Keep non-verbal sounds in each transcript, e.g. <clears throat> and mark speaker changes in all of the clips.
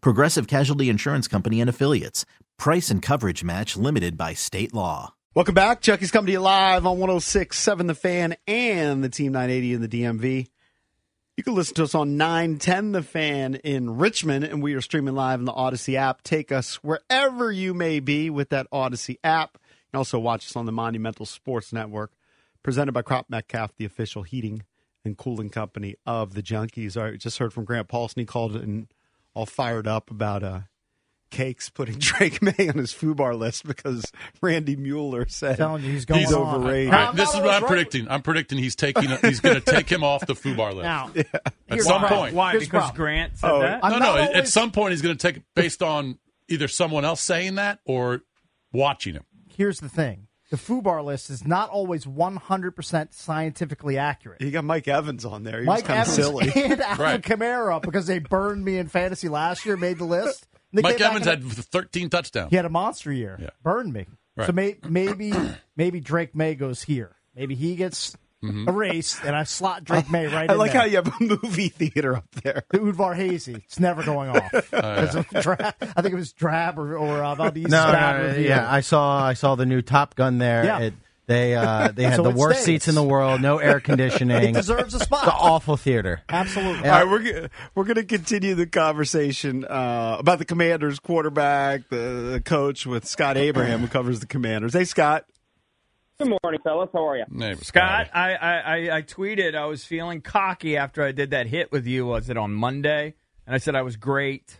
Speaker 1: Progressive Casualty Insurance Company and Affiliates. Price and coverage match limited by state law.
Speaker 2: Welcome back. Chucky's coming to you live on 1067 The Fan and the Team 980 in the DMV. You can listen to us on 910 The Fan in Richmond, and we are streaming live on the Odyssey app. Take us wherever you may be with that Odyssey app. You can also watch us on the Monumental Sports Network, presented by Crop Metcalf, the official heating and cooling company of the Junkies. All right, just heard from Grant Paulson. He called and all fired up about uh, cakes putting <laughs> Drake May on his FUBAR list because Randy Mueller said
Speaker 3: Telling you, he's going on.
Speaker 2: overrated.
Speaker 3: Right.
Speaker 4: this is
Speaker 3: Mello
Speaker 4: what
Speaker 3: was
Speaker 4: I'm
Speaker 3: right.
Speaker 4: predicting. I'm predicting he's taking. he's going to take him off the FUBAR list.
Speaker 3: Now,
Speaker 4: at some
Speaker 3: why?
Speaker 4: point.
Speaker 3: Why?
Speaker 2: Here's the
Speaker 3: because
Speaker 2: problem.
Speaker 3: Grant said
Speaker 2: Oh,
Speaker 3: that.
Speaker 2: I'm
Speaker 4: no,
Speaker 2: not
Speaker 4: no. at- At
Speaker 2: always-
Speaker 4: some point, he's going to take it based on either someone else saying that or watching him.
Speaker 3: Here's the thing: the FUBAR list is not always 100 percent scientifically accurate.
Speaker 2: He got Mike Evans on there. He
Speaker 3: Mike
Speaker 2: was kind
Speaker 3: Evans
Speaker 2: of silly.
Speaker 3: <laughs> and Alvin
Speaker 4: Right.
Speaker 3: Kamara, because they burned me in fantasy last year, made the list. They
Speaker 4: Mike
Speaker 3: came back
Speaker 4: Evans
Speaker 3: and-
Speaker 4: had 13 touchdowns.
Speaker 3: he had a monster year.
Speaker 4: Yeah.
Speaker 3: Burned me.
Speaker 4: Right.
Speaker 3: So may, maybe maybe Drake May goes here. Maybe he gets
Speaker 4: Mm-hmm.
Speaker 3: erased, and I slot Drake May right
Speaker 2: <laughs> I
Speaker 3: in
Speaker 2: like
Speaker 3: there.
Speaker 2: how you have a movie theater up there.
Speaker 3: the Udvar Hazy. It's never going
Speaker 4: <laughs>
Speaker 3: off.
Speaker 4: Oh,
Speaker 3: Because of Dra- I think it was Drab or, or uh, Valdez's
Speaker 5: no,
Speaker 3: bad
Speaker 5: no, no,
Speaker 3: review.
Speaker 5: yeah, I saw I saw the new Top Gun there.
Speaker 3: Yeah.
Speaker 5: It- they
Speaker 3: <laughs>
Speaker 5: uh, they had
Speaker 3: So
Speaker 5: the
Speaker 3: it
Speaker 5: worst
Speaker 3: stays.
Speaker 5: seats in the world, no air
Speaker 3: <laughs> It
Speaker 5: conditioning.
Speaker 3: deserves a
Speaker 5: It's an
Speaker 3: spot.
Speaker 5: awful theater.
Speaker 3: Absolutely.
Speaker 5: Yeah.
Speaker 2: All right, we're g- we're going to continue the conversation uh, about the Commanders quarterback, the, the coach with Scott Abraham, who covers the Commanders. Hey, Scott.
Speaker 6: Good morning, fellas. How are you?
Speaker 4: Neighbor
Speaker 7: Scott, I, I, I, I tweeted I was feeling cocky after I did that hit with you. Was it on Monday? And I said I was
Speaker 4: <laughs>
Speaker 7: great.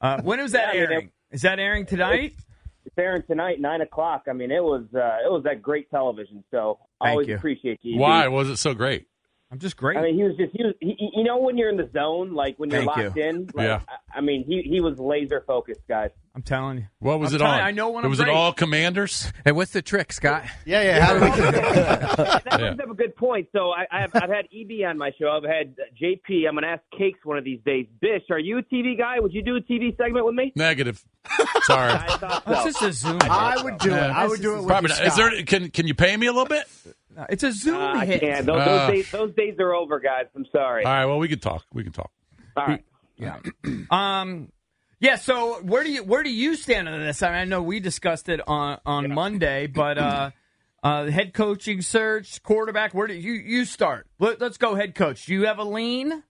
Speaker 7: uh, when was that
Speaker 6: Yeah, I mean,
Speaker 7: airing? Is that airing tonight?
Speaker 6: It's airing tonight, nine o'clock. I mean, it was uh, it was that great television. So I
Speaker 7: Thank
Speaker 6: always
Speaker 7: you.
Speaker 6: appreciate you.
Speaker 4: Why was it so great?
Speaker 7: I'm just great.
Speaker 6: I mean, he was just he was, he, he- you know when you're in the zone, like when you're
Speaker 7: Thank
Speaker 6: locked
Speaker 7: you.
Speaker 6: in. Like,
Speaker 4: Yeah.
Speaker 6: I, I mean, he he was laser focused, guys.
Speaker 7: I'm telling you.
Speaker 4: What was
Speaker 7: I'm
Speaker 4: it on?
Speaker 7: telling you, I know when
Speaker 4: it
Speaker 7: I'm
Speaker 4: was it
Speaker 7: great.
Speaker 4: all Commanders.
Speaker 7: Hey, what's the trick, <laughs> Scott?
Speaker 2: Yeah, yeah. How do we
Speaker 6: That brings up a good point. So I, I have, I've had EB on my show. I've had JP. I'm going to ask Cakes one of these days. Bish, are you a TV guy? Would you do a TV segment
Speaker 4: <laughs>
Speaker 6: with me?
Speaker 3: <laughs>
Speaker 4: Negative. Sorry.
Speaker 6: I thought
Speaker 7: It's
Speaker 6: so.
Speaker 7: just a Zoom.
Speaker 3: I would do it. I would do it with
Speaker 4: Probably
Speaker 3: you,
Speaker 4: not. Is
Speaker 3: Scott.
Speaker 4: there? Can Can you pay me a little bit?
Speaker 7: No, It's a Zoom
Speaker 6: Uh, I
Speaker 7: hit.
Speaker 6: can't. Those,
Speaker 4: Uh.
Speaker 6: those, days, those days are over, guys. I'm sorry.
Speaker 4: All right. Well, we can talk. We can talk.
Speaker 6: All right.
Speaker 7: Um, yeah. So where do you where do you stand on this? I mean, I know we discussed it on on Monday, but uh, uh, head coaching search, quarterback. Where do you you start? Let, let's go head coach. Do you have a lean?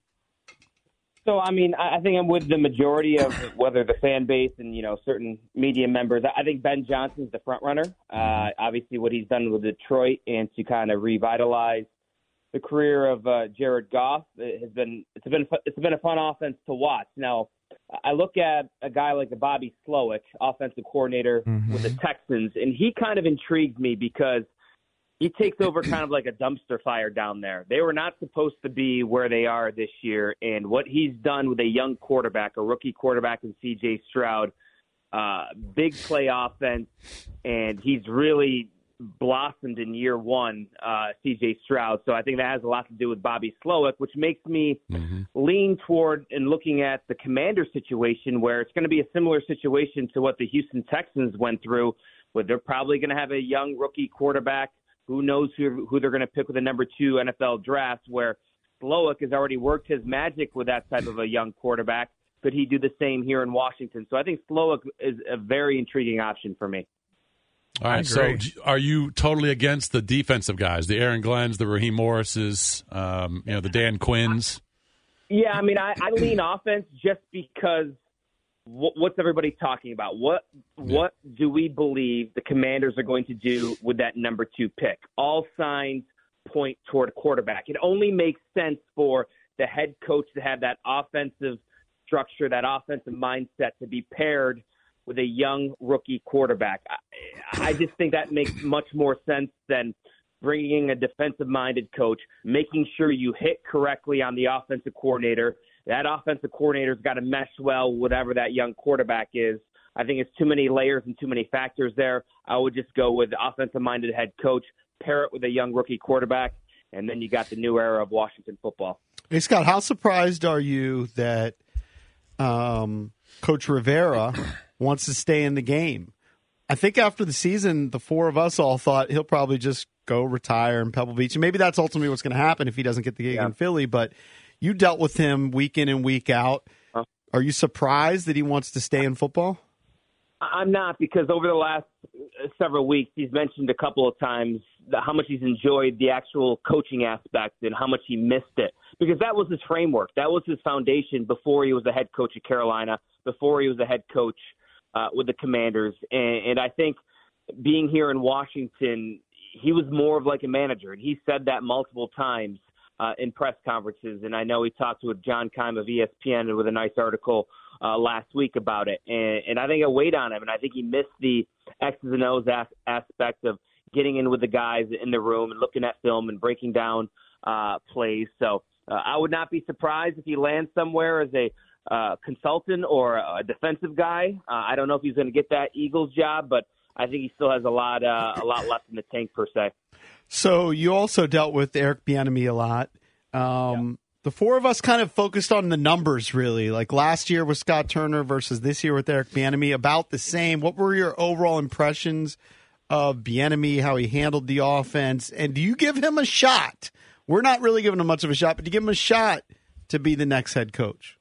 Speaker 6: So I mean, I I think I'm with the majority of whether the fan base and you know certain media members. I I think Ben Johnson's the front runner. Uh, obviously, what he's done with Detroit and to kind of revitalize the career of uh, Jared Goff it has been it's been fu- it's been a fun offense to watch. Now, I look at a guy like a Bobby Slowick, offensive coordinator with the Texans, and he kind of intrigued me because he takes over kind of like a dumpster fire down there. They were not supposed to be where they are this year, and what he's done with a young quarterback, a rookie quarterback in C.J. Stroud, uh, big play offense, and he's really blossomed in year one, uh, C.J. Stroud. So I think that has a lot to do with Bobby Slowick, which makes me lean toward and looking at the commander situation where it's going to be a similar situation to what the Houston Texans went through, where they're probably going to have a young rookie quarterback. Who knows who, who they're going to pick with the number two NFL draft, where Slowick has already worked his magic with that type of a young quarterback. Could he do the same here in Washington? So I think Slowick is a very intriguing option for me.
Speaker 4: All right. So,
Speaker 7: agree.
Speaker 4: d- are you totally against the defensive guys, the Aaron Glenn's, the Raheem Morris's, um, you know, the Dan Quinn's?
Speaker 6: Yeah, I mean, I, I lean offense just because wh- what's everybody talking about? What what do we believe the Commanders are going to do with that number two pick? All signs point toward quarterback. It only makes sense for the head coach to have that offensive structure, that offensive mindset to be paired with a young rookie quarterback. I, I just think that makes much more sense than bringing a defensive minded coach, making sure you hit correctly on the offensive coordinator. That offensive coordinator's got to mesh well, whatever that young quarterback is. I think it's too many layers and too many factors there. I would just go with offensive minded head coach, pair it with a young rookie quarterback, and then you got the new era of Washington football.
Speaker 2: Hey, Scott, how surprised are you that um, Coach Rivera <coughs> wants to stay in the game? I think after the season, the four of us all thought he'll probably just go retire in Pebble Beach. And maybe that's ultimately what's going to happen if he doesn't get the gig in Philly. But you dealt with him week in and week out. Are you surprised that he wants to stay in football?
Speaker 6: I- I'm not because over the last uh, several weeks, he's mentioned a couple of times the- how much he's enjoyed the actual coaching aspect and how much he missed it because that was his framework. That was his foundation before he was the head coach at Carolina, before he was the head coach uh, with the Commanders. And, and I think being here in Washington, he was more of like a manager, and he said that multiple times uh, in press conferences. And I know he talked with John Kime of E ESPN with a nice article uh, last week about it. And, and I think it weighed on him, and I think he missed the X's and O's as- aspect of getting in with the guys in the room and looking at film and breaking down uh, plays. So uh, I would not be surprised if he lands somewhere as a uh, consultant or a defensive guy. Uh, I don't know if he's going to get that Eagles job, but I think he still has a lot uh, a lot left in the tank per se.
Speaker 2: So you also dealt with Eric Bieniemy a lot. Um, The four of us kind of focused on the numbers, really. Like last year with Scott Turner versus this year with Eric Bieniemy, about the same. What were your overall impressions of Bieniemy? How he handled the offense, and do you give him a shot? We're not really giving him much of a shot, but do you give him a shot to be the next head coach?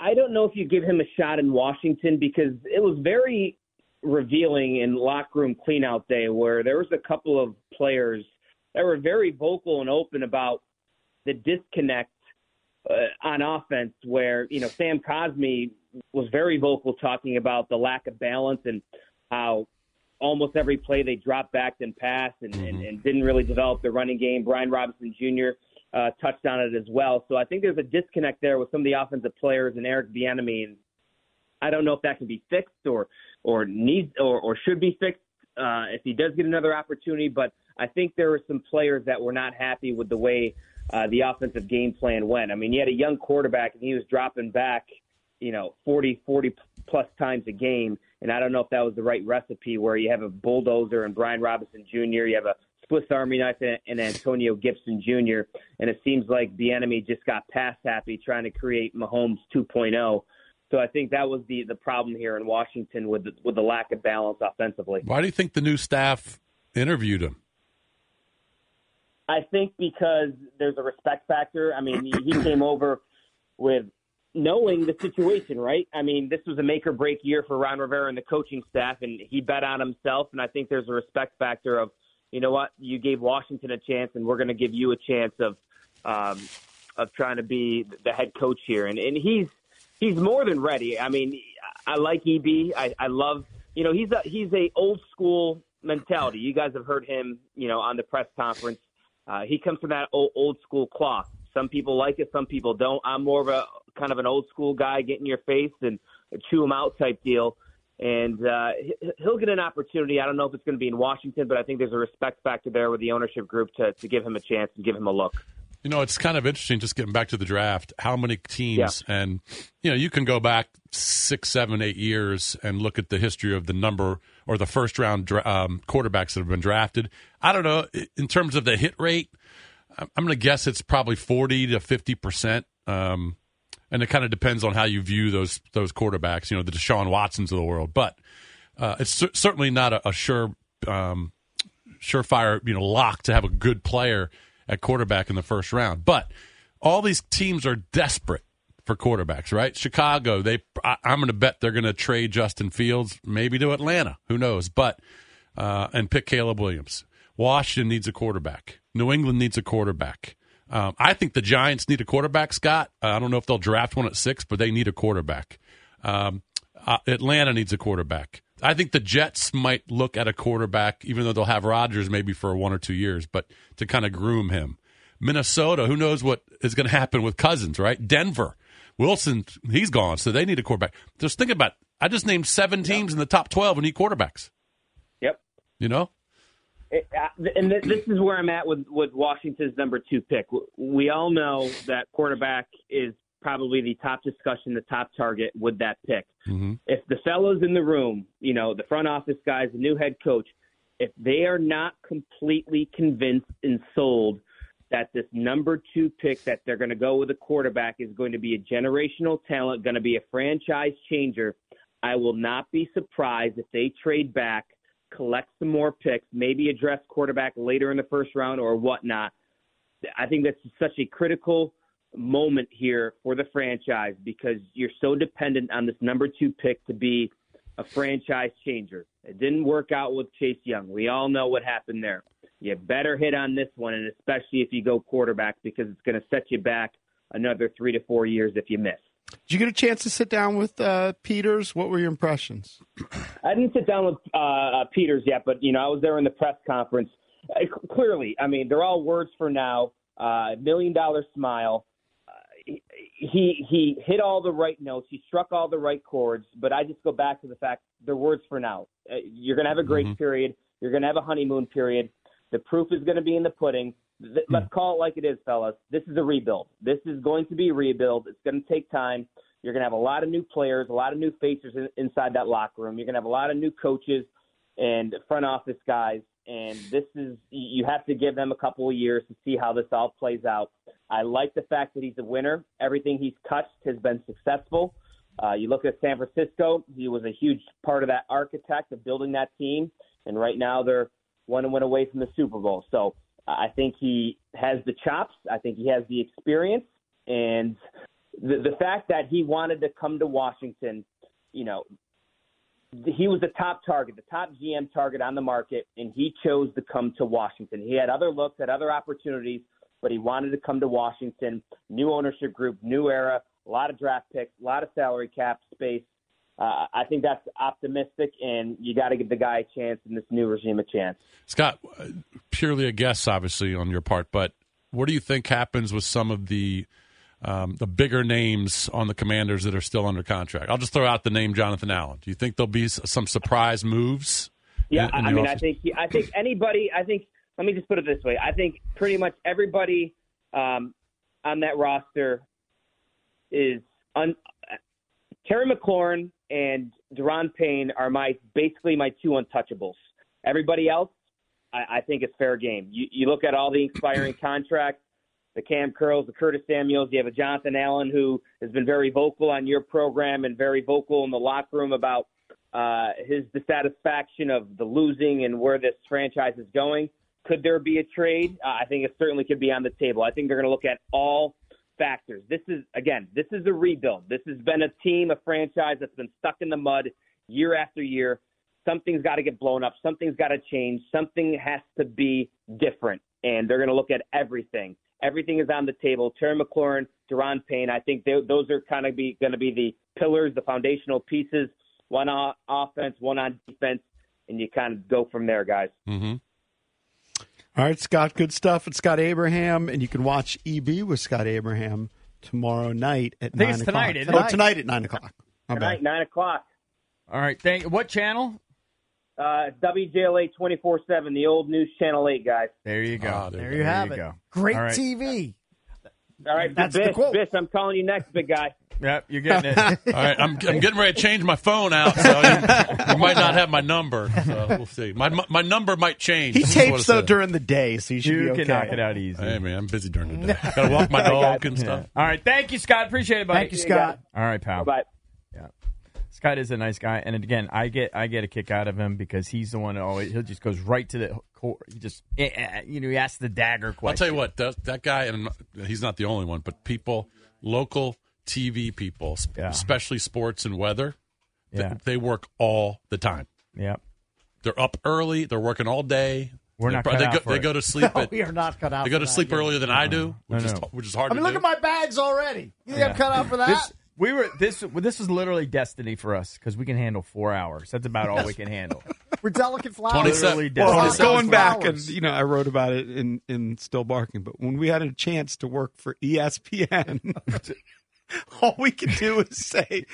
Speaker 6: I don't know if you give him a shot in Washington because it was very revealing in locker room cleanout day where there was a couple of players that were very vocal and open about the disconnect uh, on offense where you know Sam Cosme was very vocal talking about the lack of balance and how almost every play they dropped back and passed and, and, and didn't really develop the running game. Brian Robinson Jr. Uh, touched on it as well, so I think there's a disconnect there with some of the offensive players and Eric Bieniemy. And I don't know if that can be fixed or or needs or, or should be fixed uh, if he does get another opportunity. But I think there were some players that were not happy with the way uh, the offensive game plan went. I mean, you had a young quarterback and he was dropping back, you know, 40, 40 plus times a game. And I don't know if that was the right recipe where you have a bulldozer and Brian Robinson Jr., you have a Swiss Army knife and, and Antonio Gibson Jr. And it seems like the enemy just got pass happy trying to create Mahomes 2.0. So I think that was the, the problem here in Washington with the, with the lack of balance offensively.
Speaker 4: Why do you think the new staff interviewed him?
Speaker 6: I think because there's a respect factor. I mean, he he came over with knowing the situation, right? I mean, this was a make or break year for Ron Rivera and the coaching staff, and he bet on himself. And I think there's a respect factor of, you know what, you gave Washington a chance, and we're going to give you a chance of, um, of trying to be the head coach here. And and he's he's more than ready. I mean, I like EB. I, I love you know he's a he's a old school mentality. You guys have heard him, you know, on the press conference. Uh, he comes from that old, old school cloth. Some people like it, some people don't. I'm more of a kind of an old school guy, get in your face and chew him out type deal. And uh, he- he'll get an opportunity. I don't know if it's going to be in Washington, but I think there's a respect factor there with the ownership group to, to give him a chance and give him a look.
Speaker 4: You know, it's kind of interesting just getting back to the draft, how many teams, and, you know, you can go back six, seven, eight years and look at the history of the number or the first round dra- um, quarterbacks that have been drafted. I don't know, i- in terms of the hit rate, I'm going to guess it's probably 40 to 50%. Um, and it kind of depends on how you view those those quarterbacks, you know, the Deshaun Watsons of the world. But uh, it's cer- certainly not a, a sure um, surefire, you know, lock to have a good player at quarterback in the first round. But all these teams are desperate for quarterbacks, right? Chicago, they I, I'm going to bet they're going to trade Justin Fields maybe to Atlanta, who knows, but uh, and pick Caleb Williams. Washington needs a quarterback. New England needs a quarterback. Um, I think the Giants need a quarterback, Scott. Uh, I don't know if they'll draft one at six, but they need a quarterback. Um, uh, Atlanta needs a quarterback. I think the Jets might look at a quarterback, even though they'll have Rodgers maybe for one or two years, but to kind of groom him. Minnesota, who knows what is going to happen with Cousins, right? Denver, Wilson, he's gone, so they need a quarterback. Just think about. I just named seven teams in the top twelve who need quarterbacks.
Speaker 6: Yep.
Speaker 4: You know,
Speaker 6: It, uh, and th- this is where I'm at with, with Washington's number two pick. W- We all know that quarterback is probably the top discussion, the top target with that pick.
Speaker 2: Mm-hmm.
Speaker 6: If the fellows in the room, you know, the front office guys, the new head coach, if they are not completely convinced and sold that this number two pick that they're going to go with a quarterback is going to be a generational talent, going to be a franchise changer, I will not be surprised if they trade back collect some more picks, maybe address quarterback later in the first round or whatnot. I think that's such a critical moment here for the franchise because you're so dependent on this number two pick to be a franchise changer. It didn't work out with Chase Young. We all know what happened there. You better hit on this one, and especially if you go quarterback because it's going to set you back another three to four years if you miss.
Speaker 2: Did you get a chance to sit down with uh, Peters? What were your impressions?
Speaker 6: I didn't sit down with uh, uh, Peters yet, but you know I was there in the press conference. Uh, c- clearly, I mean they're all words for now. Uh, million dollar smile. Uh, he- he he hit all the right notes. He struck all the right chords. But I just go back to the fact they're words for now. Uh, you're gonna have a great period. You're gonna have a honeymoon period. The proof is gonna be in the pudding. Th- Let's call it like it is, fellas. This is a rebuild. This is going to be a rebuild. It's gonna take time. You're going to have a lot of new players, a lot of new faces in, inside that locker room. You're going to have a lot of new coaches and front office guys. And this is, you have to give them a couple of years to see how this all plays out. I like the fact that he's a winner. Everything he's touched has been successful. Uh, you look at San Francisco, he was a huge part of that architect of building that team. And right now they're one win away from the Super Bowl. So uh, I think he has the chops. I think he has the experience. And the, the fact that he wanted to come to Washington, you know, th- he was the top target, the top GM target on the market, and he chose to come to Washington. He had other looks at other opportunities, but he wanted to come to Washington. New ownership group, new era, a lot of draft picks, a lot of salary cap space. Uh, I think that's optimistic, and you got to give the guy a chance in this new regime a chance.
Speaker 4: Scott, uh, purely a guess, obviously on your part, but what do you think happens with some of the um, the bigger names on the Commanders that are still under contract? I'll just throw out the name Jonathan Allen. Do you think there'll be s- some surprise moves?
Speaker 6: Yeah,
Speaker 4: in- in
Speaker 6: I I
Speaker 4: the
Speaker 6: mean, I
Speaker 4: offseason?
Speaker 6: think I think anybody. I think let me just put it this way. I think pretty much everybody um, on that roster is un- Terry McLaurin and Deron Payne are my basically my two untouchables. Everybody else, I, I think, is fair game. You, you look at all the expiring contracts, the Cam Curls, the Curtis Samuels. You have a Jonathan Allen who has been very vocal on your program and very vocal in the locker room about uh, his dissatisfaction of the losing and where this franchise is going. Could there be a trade? Uh, I think it certainly could be on the table. I think they're going to look at all factors. This is again, this is a rebuild. This has been a team, a franchise that's been stuck in the mud year after year. Something's got to get blown up. Something's got to change. Something has to be different. And they're going to look at everything. Everything is on the table. Terry McLaurin, Deron Payne. I think tho- those are kind of be going to be the pillars, the foundational pieces. One on offense, one on defense, and you kind of go from there, guys.
Speaker 7: Mm-hmm.
Speaker 2: All right, Scott, good stuff. It's Scott Abraham, and you can watch EB with Scott Abraham tomorrow night at
Speaker 7: I think
Speaker 2: 9
Speaker 7: it's
Speaker 2: o'clock.
Speaker 7: tonight, isn't
Speaker 2: Oh,
Speaker 7: it?
Speaker 2: tonight at 9 o'clock. My
Speaker 6: Tonight,
Speaker 2: bad.
Speaker 6: nine o'clock.
Speaker 7: All right. Thank. What channel?
Speaker 6: Uh, WJLA twenty four seven, the old news channel eight, guys.
Speaker 7: There you go.
Speaker 4: Ah, there
Speaker 7: there,
Speaker 4: you
Speaker 3: There you have it. Great
Speaker 7: All right.
Speaker 3: TV.
Speaker 6: All right,
Speaker 3: That's the
Speaker 6: Bish,
Speaker 3: quote.
Speaker 6: Bish, I'm calling you next, big
Speaker 7: <laughs>
Speaker 6: guy.
Speaker 7: Yep, you're getting it.
Speaker 4: <laughs> All right, I'm, I'm getting ready to change my phone out, so you, you might not have my number. So we'll see. My my- my number might change.
Speaker 2: He
Speaker 4: This is what
Speaker 2: tapes,
Speaker 4: I
Speaker 2: though,
Speaker 4: said.
Speaker 2: during the day, so you should
Speaker 7: you
Speaker 2: be
Speaker 7: can
Speaker 2: okay.
Speaker 7: knock it out easy.
Speaker 4: Hey man, I'm busy during the day. <laughs> Gotta walk
Speaker 6: <laughs>
Speaker 4: my dog and stuff.
Speaker 7: All right. Thank you, Scott. Appreciate it, buddy.
Speaker 3: <laughs> Thank you, Scott.
Speaker 7: All right, pal.
Speaker 6: Bye.
Speaker 7: Scott is a nice guy, and again, I get I get a kick out of him because he's the one that always he just goes right to the core. He just eh, eh, you know he asks the dagger question.
Speaker 4: I'll tell you what, that, that guy, and he's not the only one, but people, local TV people, sp-
Speaker 7: Yeah.
Speaker 4: especially sports and weather, th-
Speaker 7: Yeah.
Speaker 4: they work all the time.
Speaker 7: Yep.
Speaker 4: They're up early, they're working all day.
Speaker 7: We're
Speaker 4: They're
Speaker 7: not
Speaker 4: pro-
Speaker 7: cut
Speaker 4: they,
Speaker 7: out
Speaker 4: go,
Speaker 7: for
Speaker 4: they
Speaker 7: it. <laughs>
Speaker 4: go to sleep.
Speaker 3: <laughs>
Speaker 4: At,
Speaker 3: We are not cut out.
Speaker 4: they go
Speaker 3: for
Speaker 4: to
Speaker 3: that
Speaker 4: sleep
Speaker 3: game.
Speaker 7: Uh-huh.
Speaker 4: earlier than I do, which is
Speaker 7: know.
Speaker 4: which is hard
Speaker 3: I mean,
Speaker 4: to
Speaker 3: look
Speaker 4: do.
Speaker 3: at my bags already. You think
Speaker 7: Yeah.
Speaker 3: I'm cut out for that?
Speaker 7: This We were this. This was literally destiny for us because we can handle four hours. That's about all we can handle.
Speaker 3: We're delicate flowers.
Speaker 4: 27.
Speaker 7: Well,
Speaker 8: Well,
Speaker 7: Yeah.
Speaker 8: I was going back, and
Speaker 3: Flowers.
Speaker 8: you know, I wrote about it in in Still Barking. But when we had a chance to work for E ESPN, <laughs> all we could do was say.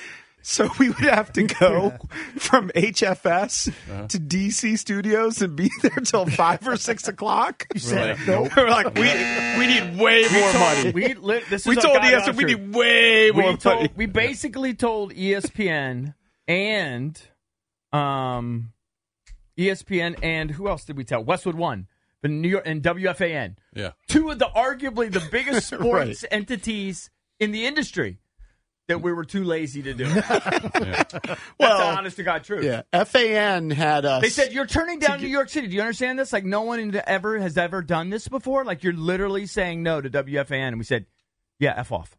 Speaker 8: So we would have to
Speaker 2: <laughs>
Speaker 8: go from HFS
Speaker 2: Uh-huh.
Speaker 8: to DC Studios and be there till five or six o'clock.
Speaker 4: said
Speaker 8: We're like, we we need way more money.
Speaker 7: We li- this
Speaker 8: We
Speaker 7: is
Speaker 8: told
Speaker 7: our
Speaker 8: ESPN
Speaker 7: God
Speaker 8: we
Speaker 7: honest
Speaker 8: need way
Speaker 7: we
Speaker 8: more money.
Speaker 7: told, we basically told E ESPN and um ESPN and who else did we tell? Westwood One, the New York and WFAN,
Speaker 4: Yeah.
Speaker 7: two of the arguably the
Speaker 8: <laughs>
Speaker 7: biggest sports entities in the industry that we were too lazy to do. That's the
Speaker 2: Well,
Speaker 7: honest to God truth.
Speaker 2: yeah. FAN had us.
Speaker 7: They said you're turning down New York City. Do you understand this? Like no one in the- ever has ever done this before. Like you're literally saying no to WFAN, and we said, "Yeah, f
Speaker 2: <laughs>
Speaker 7: off."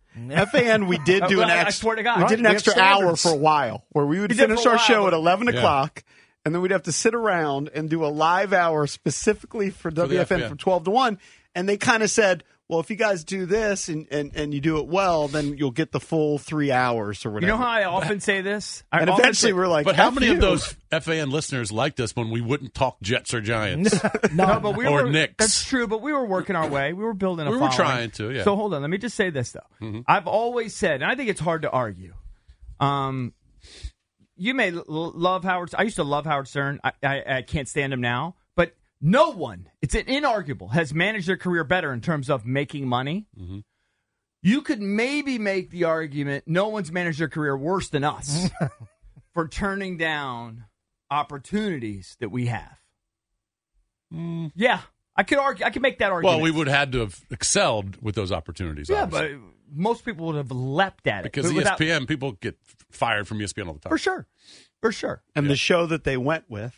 Speaker 2: FAN, we did do
Speaker 7: Uh,
Speaker 2: an
Speaker 7: <laughs> I- I
Speaker 2: extra.
Speaker 7: swear to God.
Speaker 2: we did an
Speaker 7: We have
Speaker 2: extra hour
Speaker 7: standards.
Speaker 2: for a while where we would
Speaker 7: We did
Speaker 2: finish
Speaker 7: for a
Speaker 2: our
Speaker 7: while,
Speaker 2: show at
Speaker 7: but-
Speaker 2: eleven
Speaker 4: Yeah.
Speaker 2: o'clock, and then we'd have to sit around and do a live hour specifically for
Speaker 4: the
Speaker 2: WFN
Speaker 4: FM.
Speaker 2: from twelve to one. And they kind of said, "Well, if you guys do this and, and and you do it well, then you'll get the full three hours or
Speaker 7: You
Speaker 2: whatever."
Speaker 7: know how I often say this? <laughs> I
Speaker 2: and
Speaker 7: often
Speaker 2: eventually,
Speaker 7: say-
Speaker 2: we're like,
Speaker 4: But how
Speaker 2: "F
Speaker 4: many
Speaker 2: you."
Speaker 4: of those FAN listeners liked us when we wouldn't talk Jets or Giants?
Speaker 7: <laughs> No, but we
Speaker 4: Or
Speaker 7: were,
Speaker 4: Knicks.
Speaker 7: That's true, but we were working our way. We were building a
Speaker 4: We were
Speaker 7: following.
Speaker 4: trying to, yeah. Mm-hmm.
Speaker 7: So hold on, let me just say this though. I've always said, and I think it's hard to argue. Um, you may l- love Howard. I used to love Howard Stern. I, I, I can't stand him now, but no one, it's inarguable, has managed their career better in terms of making money.
Speaker 4: Mm-hmm.
Speaker 7: You could maybe make the argument no one's managed their career worse than
Speaker 4: <laughs>
Speaker 7: us for turning down opportunities that we have. Yeah, I could argue. I could make that argument.
Speaker 4: Mm. well, we would have had to have excelled with those opportunities.
Speaker 7: Yeah,
Speaker 4: obviously.
Speaker 7: but most people would have leapt at it
Speaker 4: because E
Speaker 7: But without-
Speaker 4: ESPN people get fired from E ESPN all the time.
Speaker 7: for sure, for sure.
Speaker 2: And the show that they went with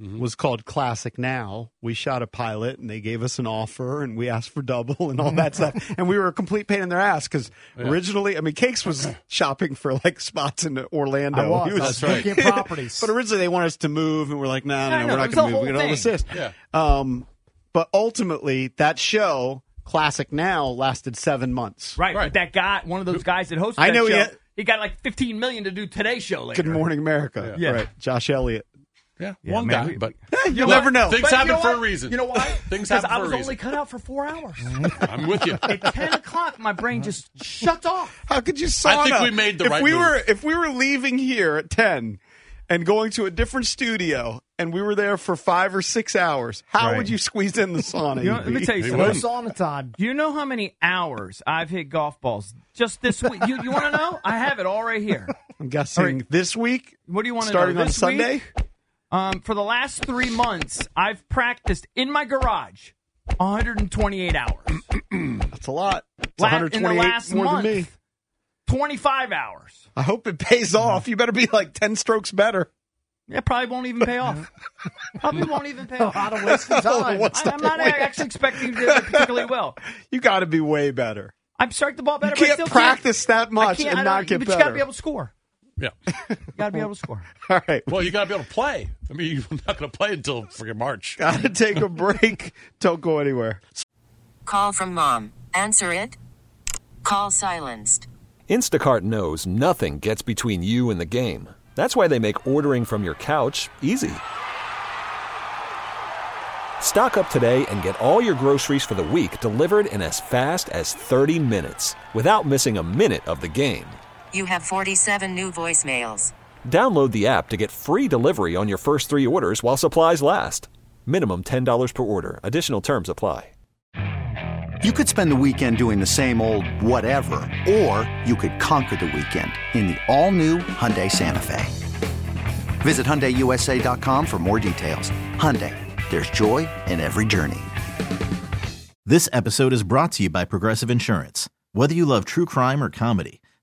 Speaker 4: Mm-hmm.
Speaker 2: was called Classic Now. We shot a pilot and they gave us an offer and we asked for double and <laughs>
Speaker 7: <laughs>
Speaker 2: all that stuff. And we were a complete pain in their ass because originally, I mean, Cakes was shopping for like spots in Orlando.
Speaker 3: I was.
Speaker 2: He was-
Speaker 3: I was
Speaker 4: That's right.
Speaker 3: looking at properties.
Speaker 2: <laughs> but originally, they wanted us to move and we're like, no,
Speaker 7: I know,
Speaker 2: no, no, we're
Speaker 7: it
Speaker 2: not
Speaker 7: was
Speaker 2: going
Speaker 7: the
Speaker 2: to move.
Speaker 7: whole
Speaker 2: We're going to
Speaker 7: thing.
Speaker 2: assist.
Speaker 4: Yeah.
Speaker 2: Um, but ultimately, that show, Classic Now, lasted seven months.
Speaker 7: Right,
Speaker 4: Right.
Speaker 7: but that guy, one of those guys that hosted.
Speaker 2: I
Speaker 7: that
Speaker 2: know he
Speaker 7: show,
Speaker 2: had-
Speaker 7: he got like 15 million to do today's show later.
Speaker 2: Good Morning America.
Speaker 7: Yeah. Yeah.
Speaker 2: Right. Josh Elliott.
Speaker 4: Yeah,
Speaker 7: Yeah,
Speaker 4: one
Speaker 7: man,
Speaker 4: guy,
Speaker 7: we-
Speaker 4: but
Speaker 2: You'll never know.
Speaker 4: Things
Speaker 7: But you
Speaker 4: happen
Speaker 7: know
Speaker 4: for a
Speaker 7: what?
Speaker 4: reason.
Speaker 7: You know why?
Speaker 4: <laughs> Things
Speaker 7: Because
Speaker 4: happen
Speaker 7: I
Speaker 4: for a
Speaker 7: was
Speaker 4: reason.
Speaker 7: only cut out for four
Speaker 4: <laughs>
Speaker 7: hours.
Speaker 4: I'm with you.
Speaker 7: At 10 o'clock, my brain
Speaker 4: <laughs>
Speaker 7: just shuts off.
Speaker 2: How could you sauna?
Speaker 4: I think we made the
Speaker 2: if
Speaker 4: right
Speaker 2: we
Speaker 4: move.
Speaker 2: were if we were leaving here at ten and going to a different studio and we were there for five or six hours, how
Speaker 5: Right.
Speaker 2: would you squeeze in the sauna? E
Speaker 7: You know, let me tell you
Speaker 4: He
Speaker 3: No
Speaker 7: something.
Speaker 4: wouldn't.
Speaker 3: sauna time.
Speaker 7: Do you know how many hours I've hit golf balls just this week? You, you want to know? I have it all right here.
Speaker 2: I'm guessing this week,
Speaker 7: What do you want to know?
Speaker 2: starting on
Speaker 7: This
Speaker 2: Sunday.
Speaker 7: week? Um, for the last three months, I've practiced in my garage 128 hours.
Speaker 2: That's a lot. It's
Speaker 7: La- in
Speaker 2: 128
Speaker 7: the last
Speaker 2: more
Speaker 7: month,
Speaker 2: than me.
Speaker 7: 25 hours.
Speaker 2: I hope it pays off. You better be like ten strokes better.
Speaker 7: That probably won't even pay off. probably won't even pay off.
Speaker 3: Not <laughs> a
Speaker 2: <laughs>
Speaker 3: waste of time.
Speaker 2: What's
Speaker 7: I, am
Speaker 2: the
Speaker 7: not
Speaker 2: point?
Speaker 7: actually expecting to do it particularly well.
Speaker 2: <laughs> You got to be way better.
Speaker 7: I'm striking the ball better.
Speaker 2: you
Speaker 7: but I
Speaker 2: can't
Speaker 7: still
Speaker 2: practice that
Speaker 7: can't, I
Speaker 2: much
Speaker 7: can't, I
Speaker 2: and
Speaker 7: don't-
Speaker 2: not get
Speaker 7: but
Speaker 2: better.
Speaker 7: you got to be able to score.
Speaker 4: yeah.
Speaker 7: You got to be able to score.
Speaker 2: <laughs> All right,
Speaker 4: Well, you got to be able to play. I mean, you're not going to play until
Speaker 7: <laughs>
Speaker 4: freaking March.
Speaker 2: got to take a break. Don't go anywhere.
Speaker 9: Call from mom. Answer it. Call silenced.
Speaker 10: Instacart knows nothing gets between you and the game. That's why they make ordering from your couch easy. Stock up today and get all your groceries for the week delivered in as fast as 30 minutes without missing a minute of the game.
Speaker 9: You have 47 new voicemails.
Speaker 10: Download the app to get free delivery on your first three orders while supplies last. Minimum $10 per order. Additional terms apply.
Speaker 11: You could spend the weekend doing the same old whatever, or you could conquer the weekend in the all-new Hyundai Santa Fe. Visit HyundaiUSA.com for more details. Hyundai, there's joy in every journey.
Speaker 1: This episode is brought to you by Progressive Insurance. Whether you love true crime or comedy,